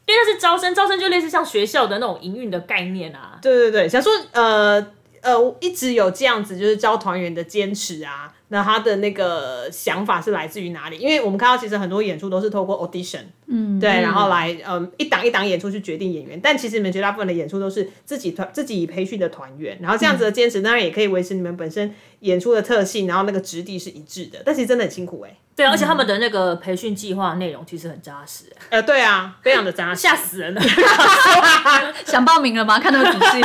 B: 因为那是招生，招生就类似像学校的那种营运的概念啊。
A: 对对对，想说呃呃，我一直有这样子就是教团员的坚持啊。那他的那个想法是来自于哪里？因为我们看到其实很多演出都是透过 audition，
C: 嗯，
A: 对，然后来嗯一档一档演出去决定演员。但其实你们绝大部分的演出都是自己团自己培训的团员，然后这样子的坚持当然也可以维持你们本身演出的特性，然后那个质地是一致的。但其实真的很辛苦哎、
B: 对啊，而且他们的那个培训计划内容其实很扎实、哎
A: 呃，对啊，非常的扎 实，
B: 吓死人了。
C: 想报名了吗？看那么仔细，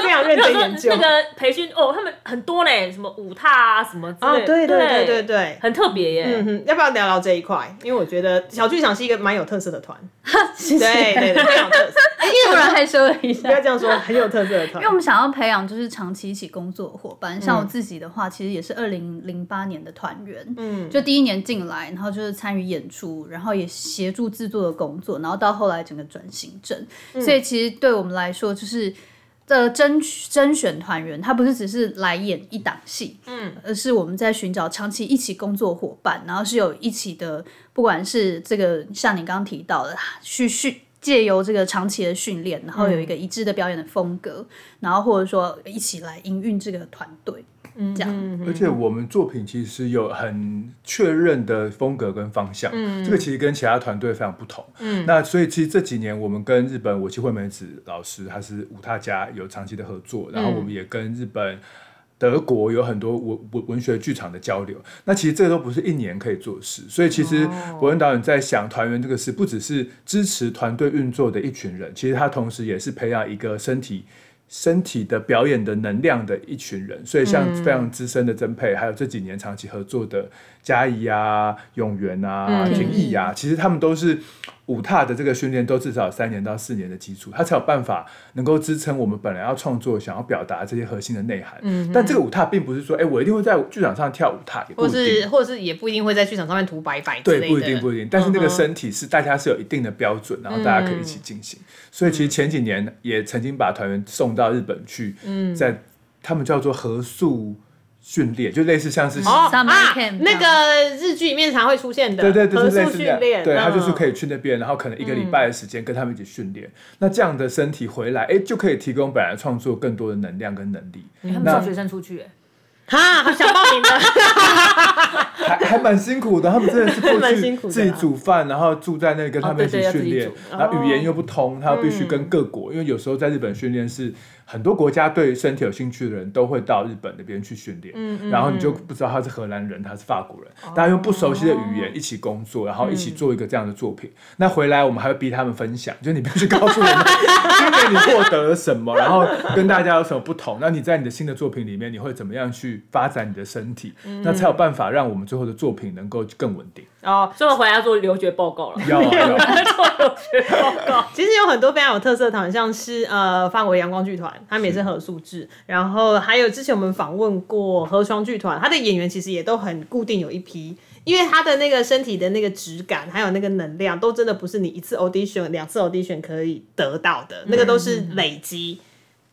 A: 非常认
B: 比
A: 真
B: 如说
A: 研究。
B: 那个培训哦，他们很多嘞，什么舞踏啊，什么之
A: 哦
B: 类的，
A: 对对对对对
B: 很特别耶。
A: 嗯哼，要不要聊聊这一块？因为我觉得小剧场是一个蛮有特色的团，
C: 谢
A: 对
C: 谢，
A: 对对，非常有 特色。
C: 突然害羞了一
A: 不要
C: 下。
A: 这样说，很有特色的团
C: 因为我。们想要培养就是长期一起工作的伙伴，像我自己的话，其实也是二零零八年的团员，
A: 嗯，
C: 就第一年进来，然后就是参与演出，然后也协助制作的工作，然后到后来整个转型正，所以其实对我们来说就是。的甄甄选团员，他不是只是来演一档戏，嗯，而是我们在寻找长期一起工作伙伴，然后是有一起的，不管是这个像你刚刚提到的，去训借由这个长期的训练，
A: 嗯
C: 然后有一个一致的表演的风格，然后或者说一起来营运这个团队，这样。
D: 而且我们作品其实有很确认的风格跟方向，这个其实跟其他团队非常不同。嗯，那所以其实这几年我们跟日本我妻惠美子老师，她是舞踏家有长期的合作，然后我们也跟日本。德国有很多文文文学剧场的交流，那其实这都不是一年可以做的事，所以其实伯恩导演在想团员这个事，不只是支持团队运作的一群人，其实他同时也是培养一个身体身体的表演的能量的一群人，所以像非常资深的曾佩，还有这几年长期合作的嘉怡啊、永元啊、廷义啊，其实他们都是舞踏的这个训练都至少有三年到四年的基础，他才有办法能够支撑我们本来要创作、想要表达这些核心的内涵。但这个舞踏并不是说，哎、我一定会在剧场上跳舞踏，也不
A: 嗯或
D: 一定
A: 是或是也不一定会在剧场上面涂白白之类的，
D: 对，不一定不一定，但是那个
A: 嗯哼嗯
D: 身体是大家是有一定的标准，然后大家可以一起进行。所以其实前几年也曾经把团员送到日本去，
A: 嗯
D: 在他们叫做合宿训练，就类似像是。
A: 哦
C: Summer
A: 啊
C: camp，
A: 那个日剧里面常会出现的，
D: 对对，就是
A: 合
D: 类
A: 宿
D: 似这
A: 训
D: 样，
A: 练，嗯
D: 对他就是可
A: 以，
D: 以去那边，然后可能一个礼拜的时间跟他们一起训练。那这样的身体回来，哎，就可以提供本来创作更多的能量跟能力，
A: 嗯
B: 他们送学生出去、欸，
A: 哈，好想报名 的，
D: 还还蛮辛苦的。他们真的是过
A: 蛮辛
D: 去
A: 苦的
D: 自己煮饭，然后住在那里跟他们一起
B: 哦对对要自
D: 训
B: 己
D: 练
B: 煮，哦嗯
D: 然后语言又不通，他必须跟各国，因为有时候在日本训练是很多国家对身体有兴趣的人都会到日本那边去训练，
B: 嗯
D: 然后你就不知道他是荷兰人，他是法国人，
B: 哦
D: 大家用不熟悉的语言一起工作，然后一起做一个这样的作品。
B: 嗯
D: 那回来我们还会逼他们分享，就你必须告诉 我们今年你获得了什么，然后跟大家有什么不同。那你在你的新的作品里面，你会怎么样去发展你的身体？
B: 嗯
D: 那才有办法让我们最后的作品能够更稳定。
A: 哦，
B: 所以我回来要做留学报告了。
D: 要啊要啊，
B: 做留学报 告，
A: 其实有很多非常有特色的团，像是呃法国阳光剧团，他们也是合宿制，然后还有之前我们访问过河床剧团，他的演员其实也都很固定有一批，因为他的那个身体的那个质感，还有那个能量，都真的不是你一次 audition、两次 audition 可以得到的，那个都是累积。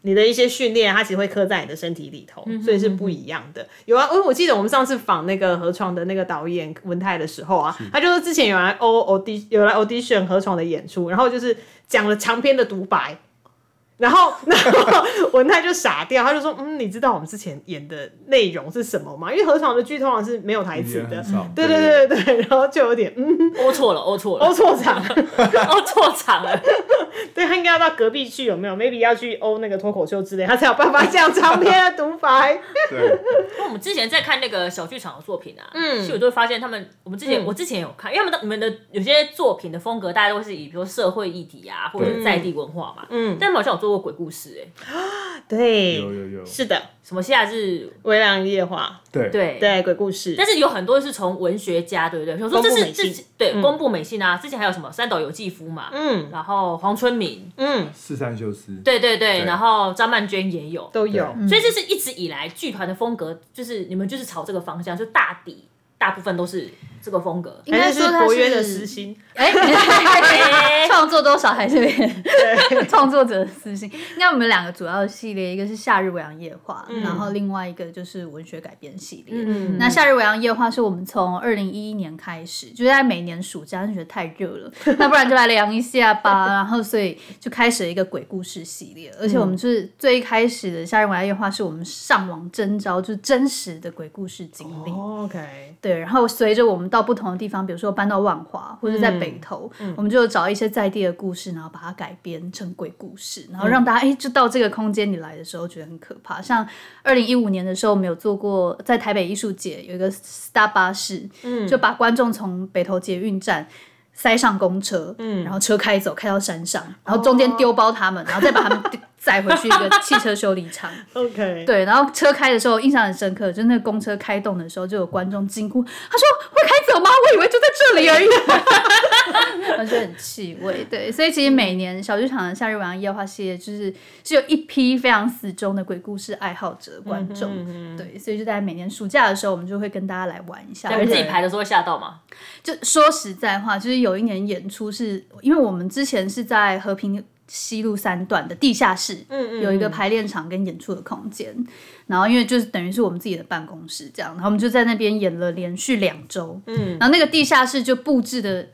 A: 你的一些训练，它其实会刻在你的身体里头，所以是不一样的。有啊，因为我记得我们上次访那个河床的那个导演文泰的时候啊，他就是之前有来 O O D 有来 audition 河床的演出，然后就是讲了长篇的独白。然后， 然后文泰就傻掉，他就说：“嗯，你知道我们之前演的内容是什么吗？因为河床的剧通常是没有台词
D: 语言
A: 的
D: 很少，
A: 对对
D: 对
A: 对对。”然后就有点嗯，
B: 欧错了，欧错
A: 欧
B: 了，
A: 错场，
B: 欧错场了。
A: 对他应该要到隔壁去，有没有？maybe 要去欧那个脱口秀之类，他才有办法讲长篇的独白。
D: 对，
B: 我们之前在看那个小剧场的作品啊，嗯，其实我就会发现他们，我们之前、
A: 嗯
B: 我之前有看，因为他们的你们的有些作品的风格，大家都是以比如说社会议题啊，或者在地文化嘛，嗯，但他们好像有做过鬼故事、哎，
A: 对，
D: 有有有，
A: 是的，
B: 什么夏日，
A: 微凉夜话，
D: 对
B: 对。
A: 对，鬼故事，
B: 但是有很多是从文学家，对不对？比如说
A: 宫
B: 这
A: 部
B: 是
A: 美
B: 这
A: 幸
B: 是对宫部美信啊，之前还有什么三岛由纪夫嘛，
A: 嗯
B: 然后黄春明，
A: 嗯，
D: 四三修斯，
B: 对对对，
D: 对
B: 然后张曼娟也有，
A: 都有，
B: 所以这是一直以来剧团的风格，就是你们就是朝这个方向，就大抵大部分都是这个风格。
C: 应该
A: 还
C: 说
A: 是
C: 他
A: 伯
C: 是
A: 约的私心，
C: 哎， 创作多少还是有点 创作者的私心。那我们两个主要的系列，一个是《夏日未央夜话》
A: 嗯
C: 然后另外一个就是文学改编系列。
B: 嗯
C: 那《夏日未央夜话》是我们从二零一一年开始，就是在每年暑假，就觉得太热了，那不然就来量一下吧。然后所以就开始了一个鬼故事系列，而且我们就是最一开始的《夏日未央夜话》是我们上网征招，就是真实的鬼故事经历。
D: 哦
A: ，OK，
C: 对，然后随着我们到不同的地方，比如说搬到万华或者在北投，我们就找一些在地的故事，然后把它改编成鬼故事，然后让大家哎、诶就到这个空间里来的时候觉得很可怕。像二零一五年的时候，我们有做过在台北艺术节有一个 Star 巴士，就把观众从北投捷运站。塞上公车，然后车开走，开到山上，然后中间丢包他们，然后再把他们 载回去一个汽车修理厂。
A: OK，
C: 对，然后车开的时候印象很深刻，就是那个公车开动的时候，就有观众惊呼，他说会开走吗？我以为就在这里而已，而且很气味。对，所以其实每年小剧场的夏日晚上夜话系列，就是是有一批非常死忠的鬼故事爱好者观众。对，所以就在每年暑假的时候，我们就会跟大家来玩一下，
B: 你
C: 而
B: 们自
C: 且
B: 己排的时候会吓到吗？
C: 就说实在话，就是有一年演出是因为我们之前是在和平西路三段的地下室，嗯嗯，有一个排练场跟演出的空间。然后因为就是等于是我们自己的办公室这样，然后我们就在那边演了连续两周，嗯，然后那个地下室就布置的。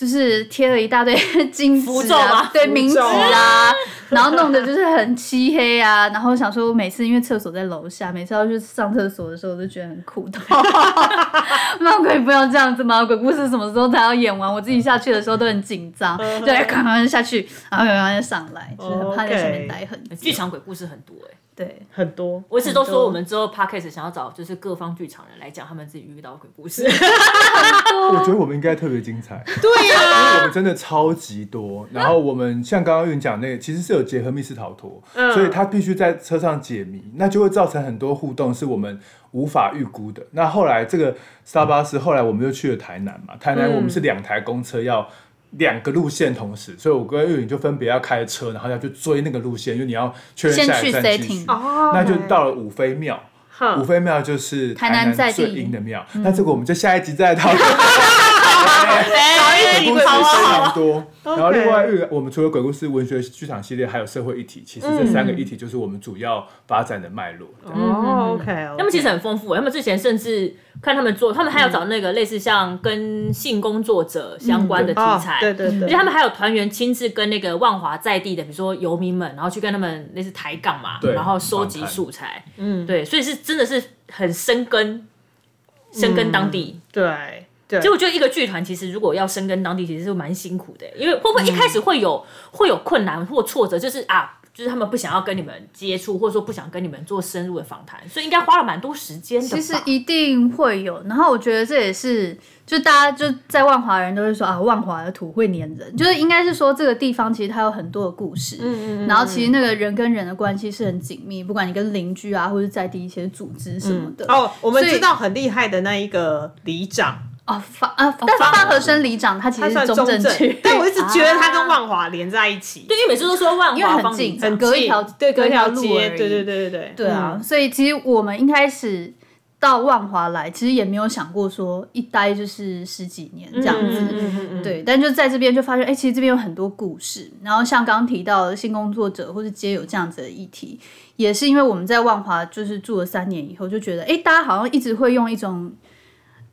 C: 就是贴了一大堆金
B: 符
C: 纸
B: 咒
C: 啊
B: 吗，
C: 对
A: 符
C: 名字
A: 咒
C: 啊，然后弄得就是很漆黑啊。然后想说，每次因为厕所在楼下，每次要去上厕所的时候，我都觉得很苦痛。闹鬼不要这样子嘛，鬼故事什么时候才要演完？我自己下去的时候都很紧张，
A: 嗯
C: 对，赶快下去，然后赶快上来，就是很怕在前面
A: OK
C: 待很久。
B: 剧场鬼故事很多哎、
C: 对，
A: 很多，
B: 我一直都说我们之后 podcast 想要找就是各方剧场人来讲他们自己遇到的鬼故 事，
D: 我觉得我们应该特别精彩，
A: 对呀、
D: 因为我们真的超级多。然后我们像刚刚运讲那个，其实是有结合密室逃脱，
A: 嗯
D: 所以他必须在车上解谜，那就会造成很多互动是我们无法预估的。那后来这个沙巴斯，后来我们又去了台南嘛，台南我们是两台公车要。两个路线同时，所以我跟玉玲就分别要开车，然后要去追那个路线，因为你要确认
C: 先
D: 下一
C: 去
D: 站
C: setting
D: 继续。
A: 哦
D: 那就到了五妃庙，五
A: 哼
D: 妃庙就是
C: 台
D: 台
C: 南嗯在
D: 南
C: 地嗯
D: 最阴的庙。那这个我们就下一集再来讨论。
A: 哎
D: 鬼故事
C: 啊
A: 啊
D: 非常多。
A: 好
D: 然后另外，我们除了鬼故事、文学剧场系列，还有社会议题，其实这三个议题就是我们主要发展的脉络。
C: 嗯
A: 哦，OK，
B: 他们其实很丰富欸。他们之前甚至看他们做，他们还有找那个类似像跟性工作者相关的题
A: 哦
B: 材，
A: 对对
B: 而
A: 对，
B: 且他们还有团员亲自跟那个万华在地的，比如说游民们，然后去跟他们类似抬杠嘛，
D: 对
B: 然后收集素材，嗯，对，所以是真的是很深耕，深耕当
C: 嗯
B: 地。
A: 对对，
B: 其实我觉得一个剧团其实如果要深耕当地，其实是蛮辛苦的，因为会不会一开
C: 嗯
B: 始会有、会有困难或挫折，就是啊，就是他们不想要跟你们接触，或者说不想跟你们做深入的访谈，所以应该花了蛮多时间的吧。
C: 其实一定会有。然后我觉得这也是，就大家就在万华人都会说啊，万华的土会黏人，就是应该是说这个地方其实它有很多的故事，嗯嗯然后其实那个人跟人的关系是很紧密，不管你跟邻居啊，或者在地一些组织什么的。
A: 哦，我们
C: 所以
A: 知道很厉害的那一个里长，
C: 哦，方啊，但是方和生里长他其
A: 他
C: 实
A: 算
C: 是中
A: 中
C: 正区
A: 正，，但我一直觉得他跟万华连在一起，
B: 对，因为每次都说万
C: 因为
B: 华
C: 很
B: 方
C: 近
B: 林
C: 很
A: 很
C: 隔一
A: 近
C: 条
A: 对
C: 隔
A: 隔
C: 一
A: 一
C: 条
A: 条
C: 路而
A: 街，
C: 已
A: 对对对对对，嗯
C: 对啊，所以其实我们一开始到万华来，其实也没有想过说一待就是十几年这样
A: 嗯，
C: 子。
A: 嗯嗯嗯嗯，
C: 对，但就在这边就发现，哎、其实这边有很多故事。然后像刚刚提到的性工作者或是街友这样子的议题，也是因为我们在万华就是住了三年以后，就觉得，哎、大家好像一直会用一种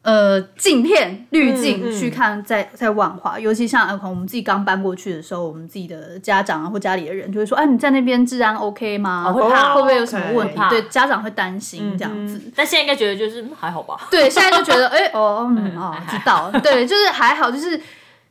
C: 呃镜片滤镜
A: 嗯嗯
C: 去看在在万华，尤其像呃可能我们自己刚搬过去的时候，我们自己的家长啊或家里的人就会说，哎、你在那边治安 OK 吗？
B: 哦会
A: 怕
C: 会不会有什么
A: OK 嗯
C: 问题？
B: 怕
C: 对，家长会担心这样子。
B: 但现在应该觉得就是、嗯还好吧。
C: 对，现在就觉得，哎、哦，嗯，哦，知道， 对，就是还好，就是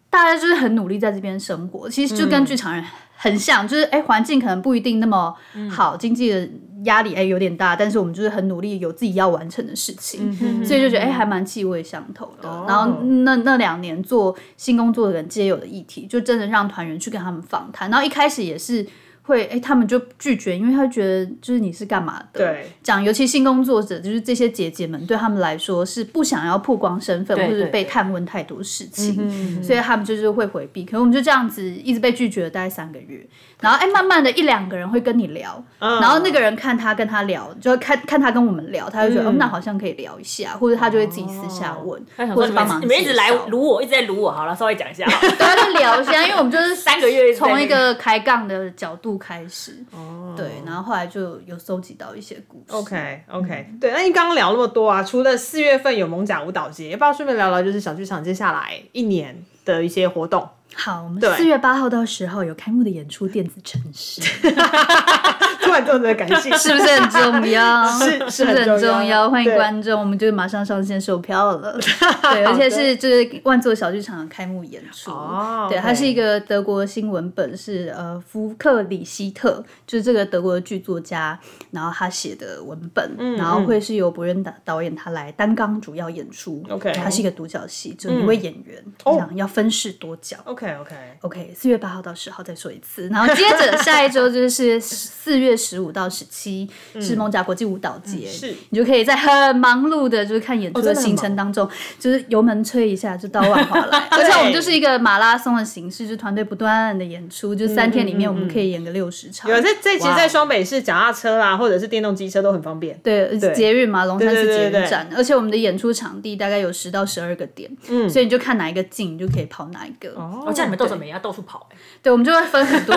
C: 大家就是很努力在这边生活，其实就跟剧场人很像，就是哎，环、境可能不一定那么好，经济的压力哎、有点大，但是我们就是很努力，有自己要完成的事情，所以就觉得哎、还蛮气味相投的。
A: 哦
C: 然后那那两年做新工作的人皆有的议题，就真的让团员去跟他们访谈，然后一开始也是。会哎、他们就拒绝，因为他觉得就是你是干嘛的？
A: 对，
C: 讲，尤其性工作者，就是这些姐姐们，对他们来说是不想要曝光身份，
B: 对
C: 或者是
B: 对
C: 被
B: 对
C: 探问太多事情，
A: 嗯
C: 所以他们就是会回避。可我们就这样子一直被拒绝了大概三个月，然后哎，慢慢的一两个人会跟你聊，
A: 嗯
C: 然后那个人看他跟他聊，就会看看他跟我们聊，他就觉得、哦，那好像可以聊一下，或者他就会自己私下问，
B: 嗯哦他想
C: 或
B: 说
C: 者
B: 你
C: 帮
B: 们
C: 忙
B: 你们一直来
C: 介绍
B: 撸我，一直在撸我，好了，稍微讲一下好了
C: 对，他就聊一下，因为我们就是
B: 三个月
C: 从一
B: 在那
C: 个开杠的角度开始，对，然后后来就有收集到一些故事。
A: 哦 OK OK，、对，嗯那你刚刚聊那么多啊，除了四月份有蒙甲舞蹈节，要不要顺便聊聊就是小剧场接下来一年的一些活动？
C: 好，我们
A: 对
C: 四月八号到十号有开幕的演出《电子城市》，
A: 突然这么的感 性，
C: 是不是很重要？
A: 是
C: 是
A: 是
C: 不是很
A: 很重
C: 重要？
A: 要
C: 欢迎
A: 对
C: 观众，我们就马上上线售票 了。对，而且是就是万座小剧场的开幕演出。
A: 哦
C: 对，
A: OK
C: 它是一个德国新文本，是呃福克里希特，就是这个德国的剧作家，然后他写的文本，
A: 嗯
C: 然后会是由博任达导演他来担纲主要演出。
A: OK 嗯哦
C: 他是一个独角戏，只有一位演员，这样要分饰多角。
A: OK OK，
C: OK，四月八号到十号再说一次，然后接着下一周就是四月十五到十七是蒙甲国际舞蹈节，
A: 嗯是
C: 你就可以在很忙碌的就是看演出
A: 哦真的很
C: 行程当中，就是油门吹一下就到万华 来，而
A: 对
C: 且我们就是一个马拉松的形式，就是团队不断的演出，就三天里
A: 嗯
C: 面我们可以演个六十场，
A: 有在这其实，在双北市脚踏车啦，或者是电动机车都很方便。
C: 对，
A: 对
C: 捷运嘛，龙山寺
A: 对对
C: 捷
A: 对
C: 运站，而且我们的演出场地大概有十到十二个点，嗯，所以你就看哪一个近，你就可以跑哪一个。
A: 哦
B: 我叫你们到时候每要到处跑、欸，
C: 对，我们就会分很多，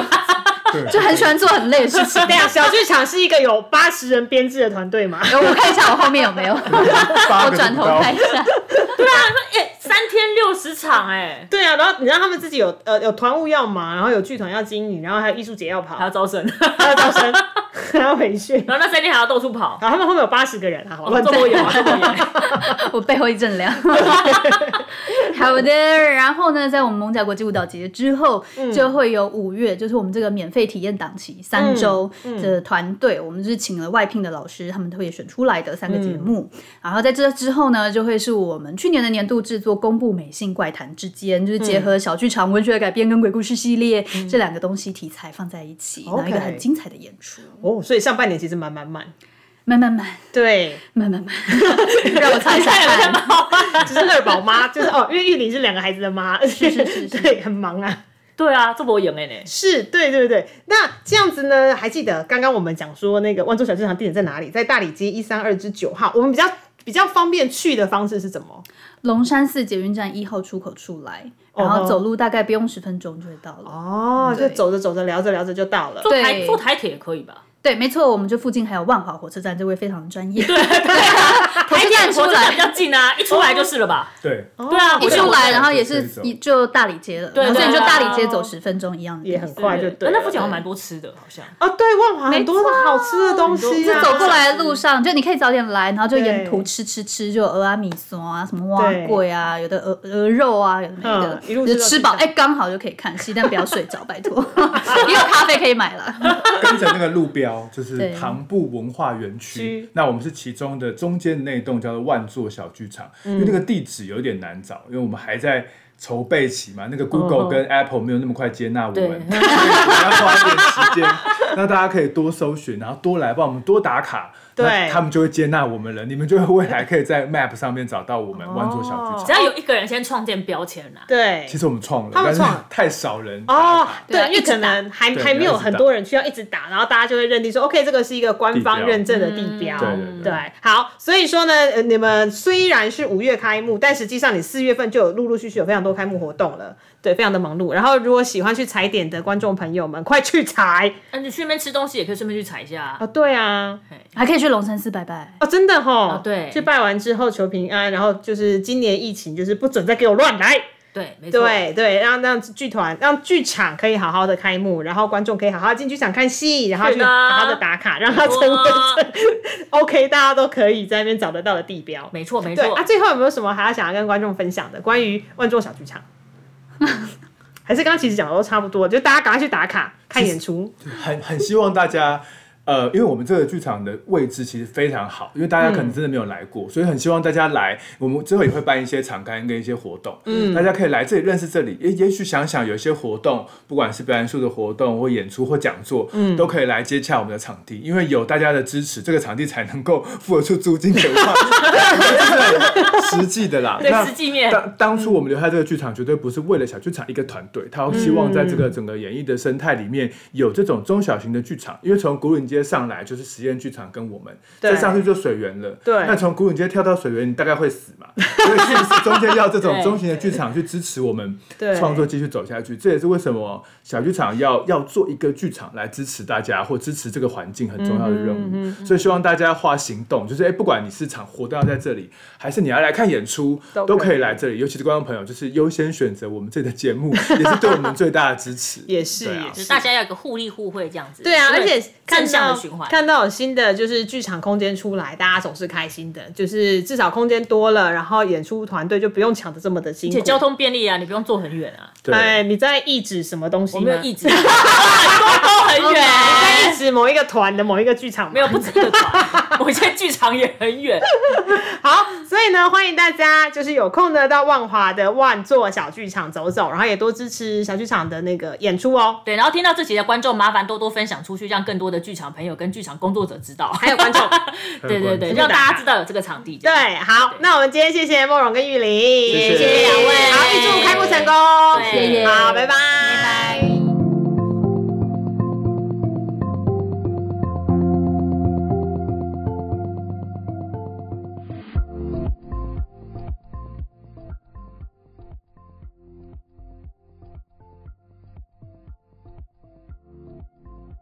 C: 就很喜欢做很累的事 情。
A: 对啊，小剧场是一个有八十人编制的团队嘛。
C: 呃我看一下我后面有没有，我
D: 八个
C: 转头
D: 不到
C: 看一下。
B: 哎、三天六十场哎，
A: 对啊，然后你让他们自己有呃有团务要忙，然后有剧团要经营，然后还有艺术节要跑，
B: 还要招生，然
A: 还要招生， 还要培训。
B: 后那三天还要到处跑，
A: 然后他们后面有八十个人啊，我
B: 哦
A: 乱
B: 这
A: 讲
B: 么有啊，这么有，
C: 我背后一阵凉。好的，然后呢，在我们蒙甲国际舞蹈节之后，就会有五月，就是我们这个免费体验档期三周的团队，我们是请了外聘的老师，他们特别选出来的三个节目。然后在这之后呢，就会是我们去年的年度制作《公布美信怪谈之间》，就是结合小剧场文学的改编跟鬼故事系列这两个东西题材放在一起，然后一个
A: OK
C: 很精彩的演出。
A: 哦，所以上半年其实满满满。
C: 慢慢慢，
A: 对，
C: 慢慢慢， 让 我猜一下看。
A: 就是二宝妈，就是哦，因为玉玲是两个孩子的妈，是
C: 是是 是
A: 对，很忙啊。
B: 对啊，这么有哎呢，
A: 是对对对，那这样子呢？还记得刚刚我们讲说那个万州小市场地点在哪里？在大理街一三二之九号。我们比较比较方便去的方式是怎么？
C: 龙山寺捷运站一号出口出来，然
A: 哦
C: 后走路大概不用十分钟就会到了。
A: 哦，就
C: 对
A: 走着走着聊着聊着就到了。
B: 坐台
C: 对
B: 坐台铁也可以吧？
C: 对，没错，我们这附近还有万华火车站，这位非常专业。对，
B: 台
C: 铁站出
B: 火车站比
C: 来，哦
B: 较近啊，一出来就是了吧？
D: 对，
B: 对啊，
C: 一
B: 我觉得
C: 出
B: 我
C: 来，
D: 就
C: 然后也
D: 可以
C: 是
D: 走
C: 一就大理街了，
B: 对
C: 然后所以你
B: 对
C: 就
B: 对
C: 大理街
B: 对
C: 走十分钟一样的地
A: 也
C: 方，
A: 很快就对
B: 对，
A: 了。
B: 呃那附近好像蛮多吃的，好像
A: 哦，对，万华很多的好吃的东西啊，
C: 就走过来的路上，就你可以早点来，然后就沿途
A: 对
C: 吃吃吃，就有鹅啊、米索啊、什么蛙
A: 对
C: 桂啊，有的鹅鹅肉啊，有的没的
A: 嗯，一路吃
C: 就
A: 到
C: 吃
A: 底
C: 饱，
A: 下
C: 哎，刚好就可以看戏，但不要睡着，拜托， 也有咖啡可以买了。
D: 跟着那个路标就是
C: 对
D: 唐布文化园
A: 区
D: 区，那我们是其中的中间那一栋叫做万座小剧场，
C: 嗯
D: 因为那个地址有点难找，因为我们还在筹备期嘛，那
C: 嗯
D: 个 Google 跟 Apple 没有那么快接纳我们，所以
B: 对
D: 我们要花一点时间。 那大家可以多搜寻，然后多来帮我们多打卡，
A: 对
D: 那他们就会接纳我们了。你们就会未来可以在 Map 上面找到我们万座小剧
A: 哦
D: 场
B: 只。要有一个人先创建标签啦，
A: 对
D: 其。实我们创了，
A: 他们
D: 但是
A: 创了
D: 太少人打
A: 哦
D: 卡，
C: 对啊
A: 因为
C: 一直
A: 可能还
D: 对
A: 还没有
D: 要一直
A: 很
D: 打
A: 多人需要一直打，然后大家就会认定说，OK，这个是一个官
D: 地
A: 方
D: 标
A: 认证的地标。
D: 对对
A: 对，好，所以说呢，呃，你们虽然是五月开幕，但实际上你四月份就有陆陆续续有非常多开幕活动了，对，非常的忙碌。然后如果喜欢去踩点的观众朋友们，快去 踩
B: 那你去那边吃东西也可以顺便去踩一下啊
A: 啊！。对啊，
C: 还可以去龙山寺拜拜。
A: 哦，真的哈、
B: 哦对
A: 去拜完之后求平安，然后就是今年疫情就是不准再给我乱来，
B: 对，没错。
A: 对对，让让剧团让剧场可以好好的开幕，然后观众可以好好进剧场看戏，然后
B: 是
A: 去
B: 的
A: 好好的打卡，让它成
B: 没
A: 为
B: 错
A: OK 大家都可以在那边找得到的地标。
B: 没错，没
A: 对
B: 错。
A: 啊，最后有没有什么还要想要跟观众分享的关于万众小剧 场？还是刚刚其实讲的都差不多，就大家赶快去打卡看演出。
D: 很很希望大家。呃，因为我们这个剧场的位置其实非常好，因为大家可能真的没有来
B: 嗯
D: 过，所以很希望大家来。我们之后也会办一些场刊跟一些活动，嗯，大家可以来这里认识这里，也也许想想有一些活动，不管是表演术的活动或演出或讲座，嗯，都可以来接洽我们的场地，因为有大家的支持，这个场地才能够付得出租 金给我 们，这是很实际的啦。
B: 对
D: 那
B: 实际面
D: 当当
A: 嗯
D: 初我们留下这个剧场，绝对不是为了小剧场一个团队，他希望在这
A: 嗯
D: 个整个演艺的生态里面有这种中小型的剧场，因为从古岭街上来就是实验剧场跟我们，
A: 对
D: 再上去就水源了。
A: 对
D: 那从古岭街跳到水源，你大概会死嘛？ 所以是不是中间要这种
B: 对
D: 中型的剧场去支持我们
A: 对
D: 创作继续走下去？这也是为什么小剧场要要做一个剧场来支持大家或支持这个环境很重要的任
A: 嗯
D: 务。所以希望大家化行动，就是哎、不管你是场活动要在这里，还是你要来看演出，
A: 都
D: 都
A: 可以
D: 可以来这里。尤其是观众朋友，就是优先选择我们这里的 节目，也是对我们最大的支持。
A: 也是
D: 对啊
A: 也
B: 就是大家要有个互利互惠这样子。
A: 对啊，
B: 是
A: 而
B: 不是
A: 且看
B: 正向
A: 到
B: 的循环。
A: 看到有新的就是剧场空间出来，大家总是开心的，就是至少空间多了，然后演出团队就不用抢的这么的辛
B: 而
A: 苦。
B: 且交通便利啊，你不用坐很远啊，
D: 对，
A: 哎，你在意指什么东西
B: 我
A: 吗？
B: 没有意 志，都很远，
A: 在意指某一个团的某一个剧场吗
B: 没有不止一个 团，某些剧场也很远。
A: 好，所以呢，欢迎大家就是有空呢到万华的万座小剧场走走，然后也多支持小剧场的那个演出哦。
B: 对，然后听到这集的观众，麻烦多多分享出去，让更多的剧场朋友跟剧场工作者知道，还有观众。 对对对，
D: 还有观众
B: 让大家知道有这个场地。这
A: 对
B: 样，
A: 好，那我们今天谢谢莫荣跟玉玲，
B: 谢
D: 谢谢
B: 谢两位
A: 好，预祝开幕成功，
B: 对
A: 好，拜拜，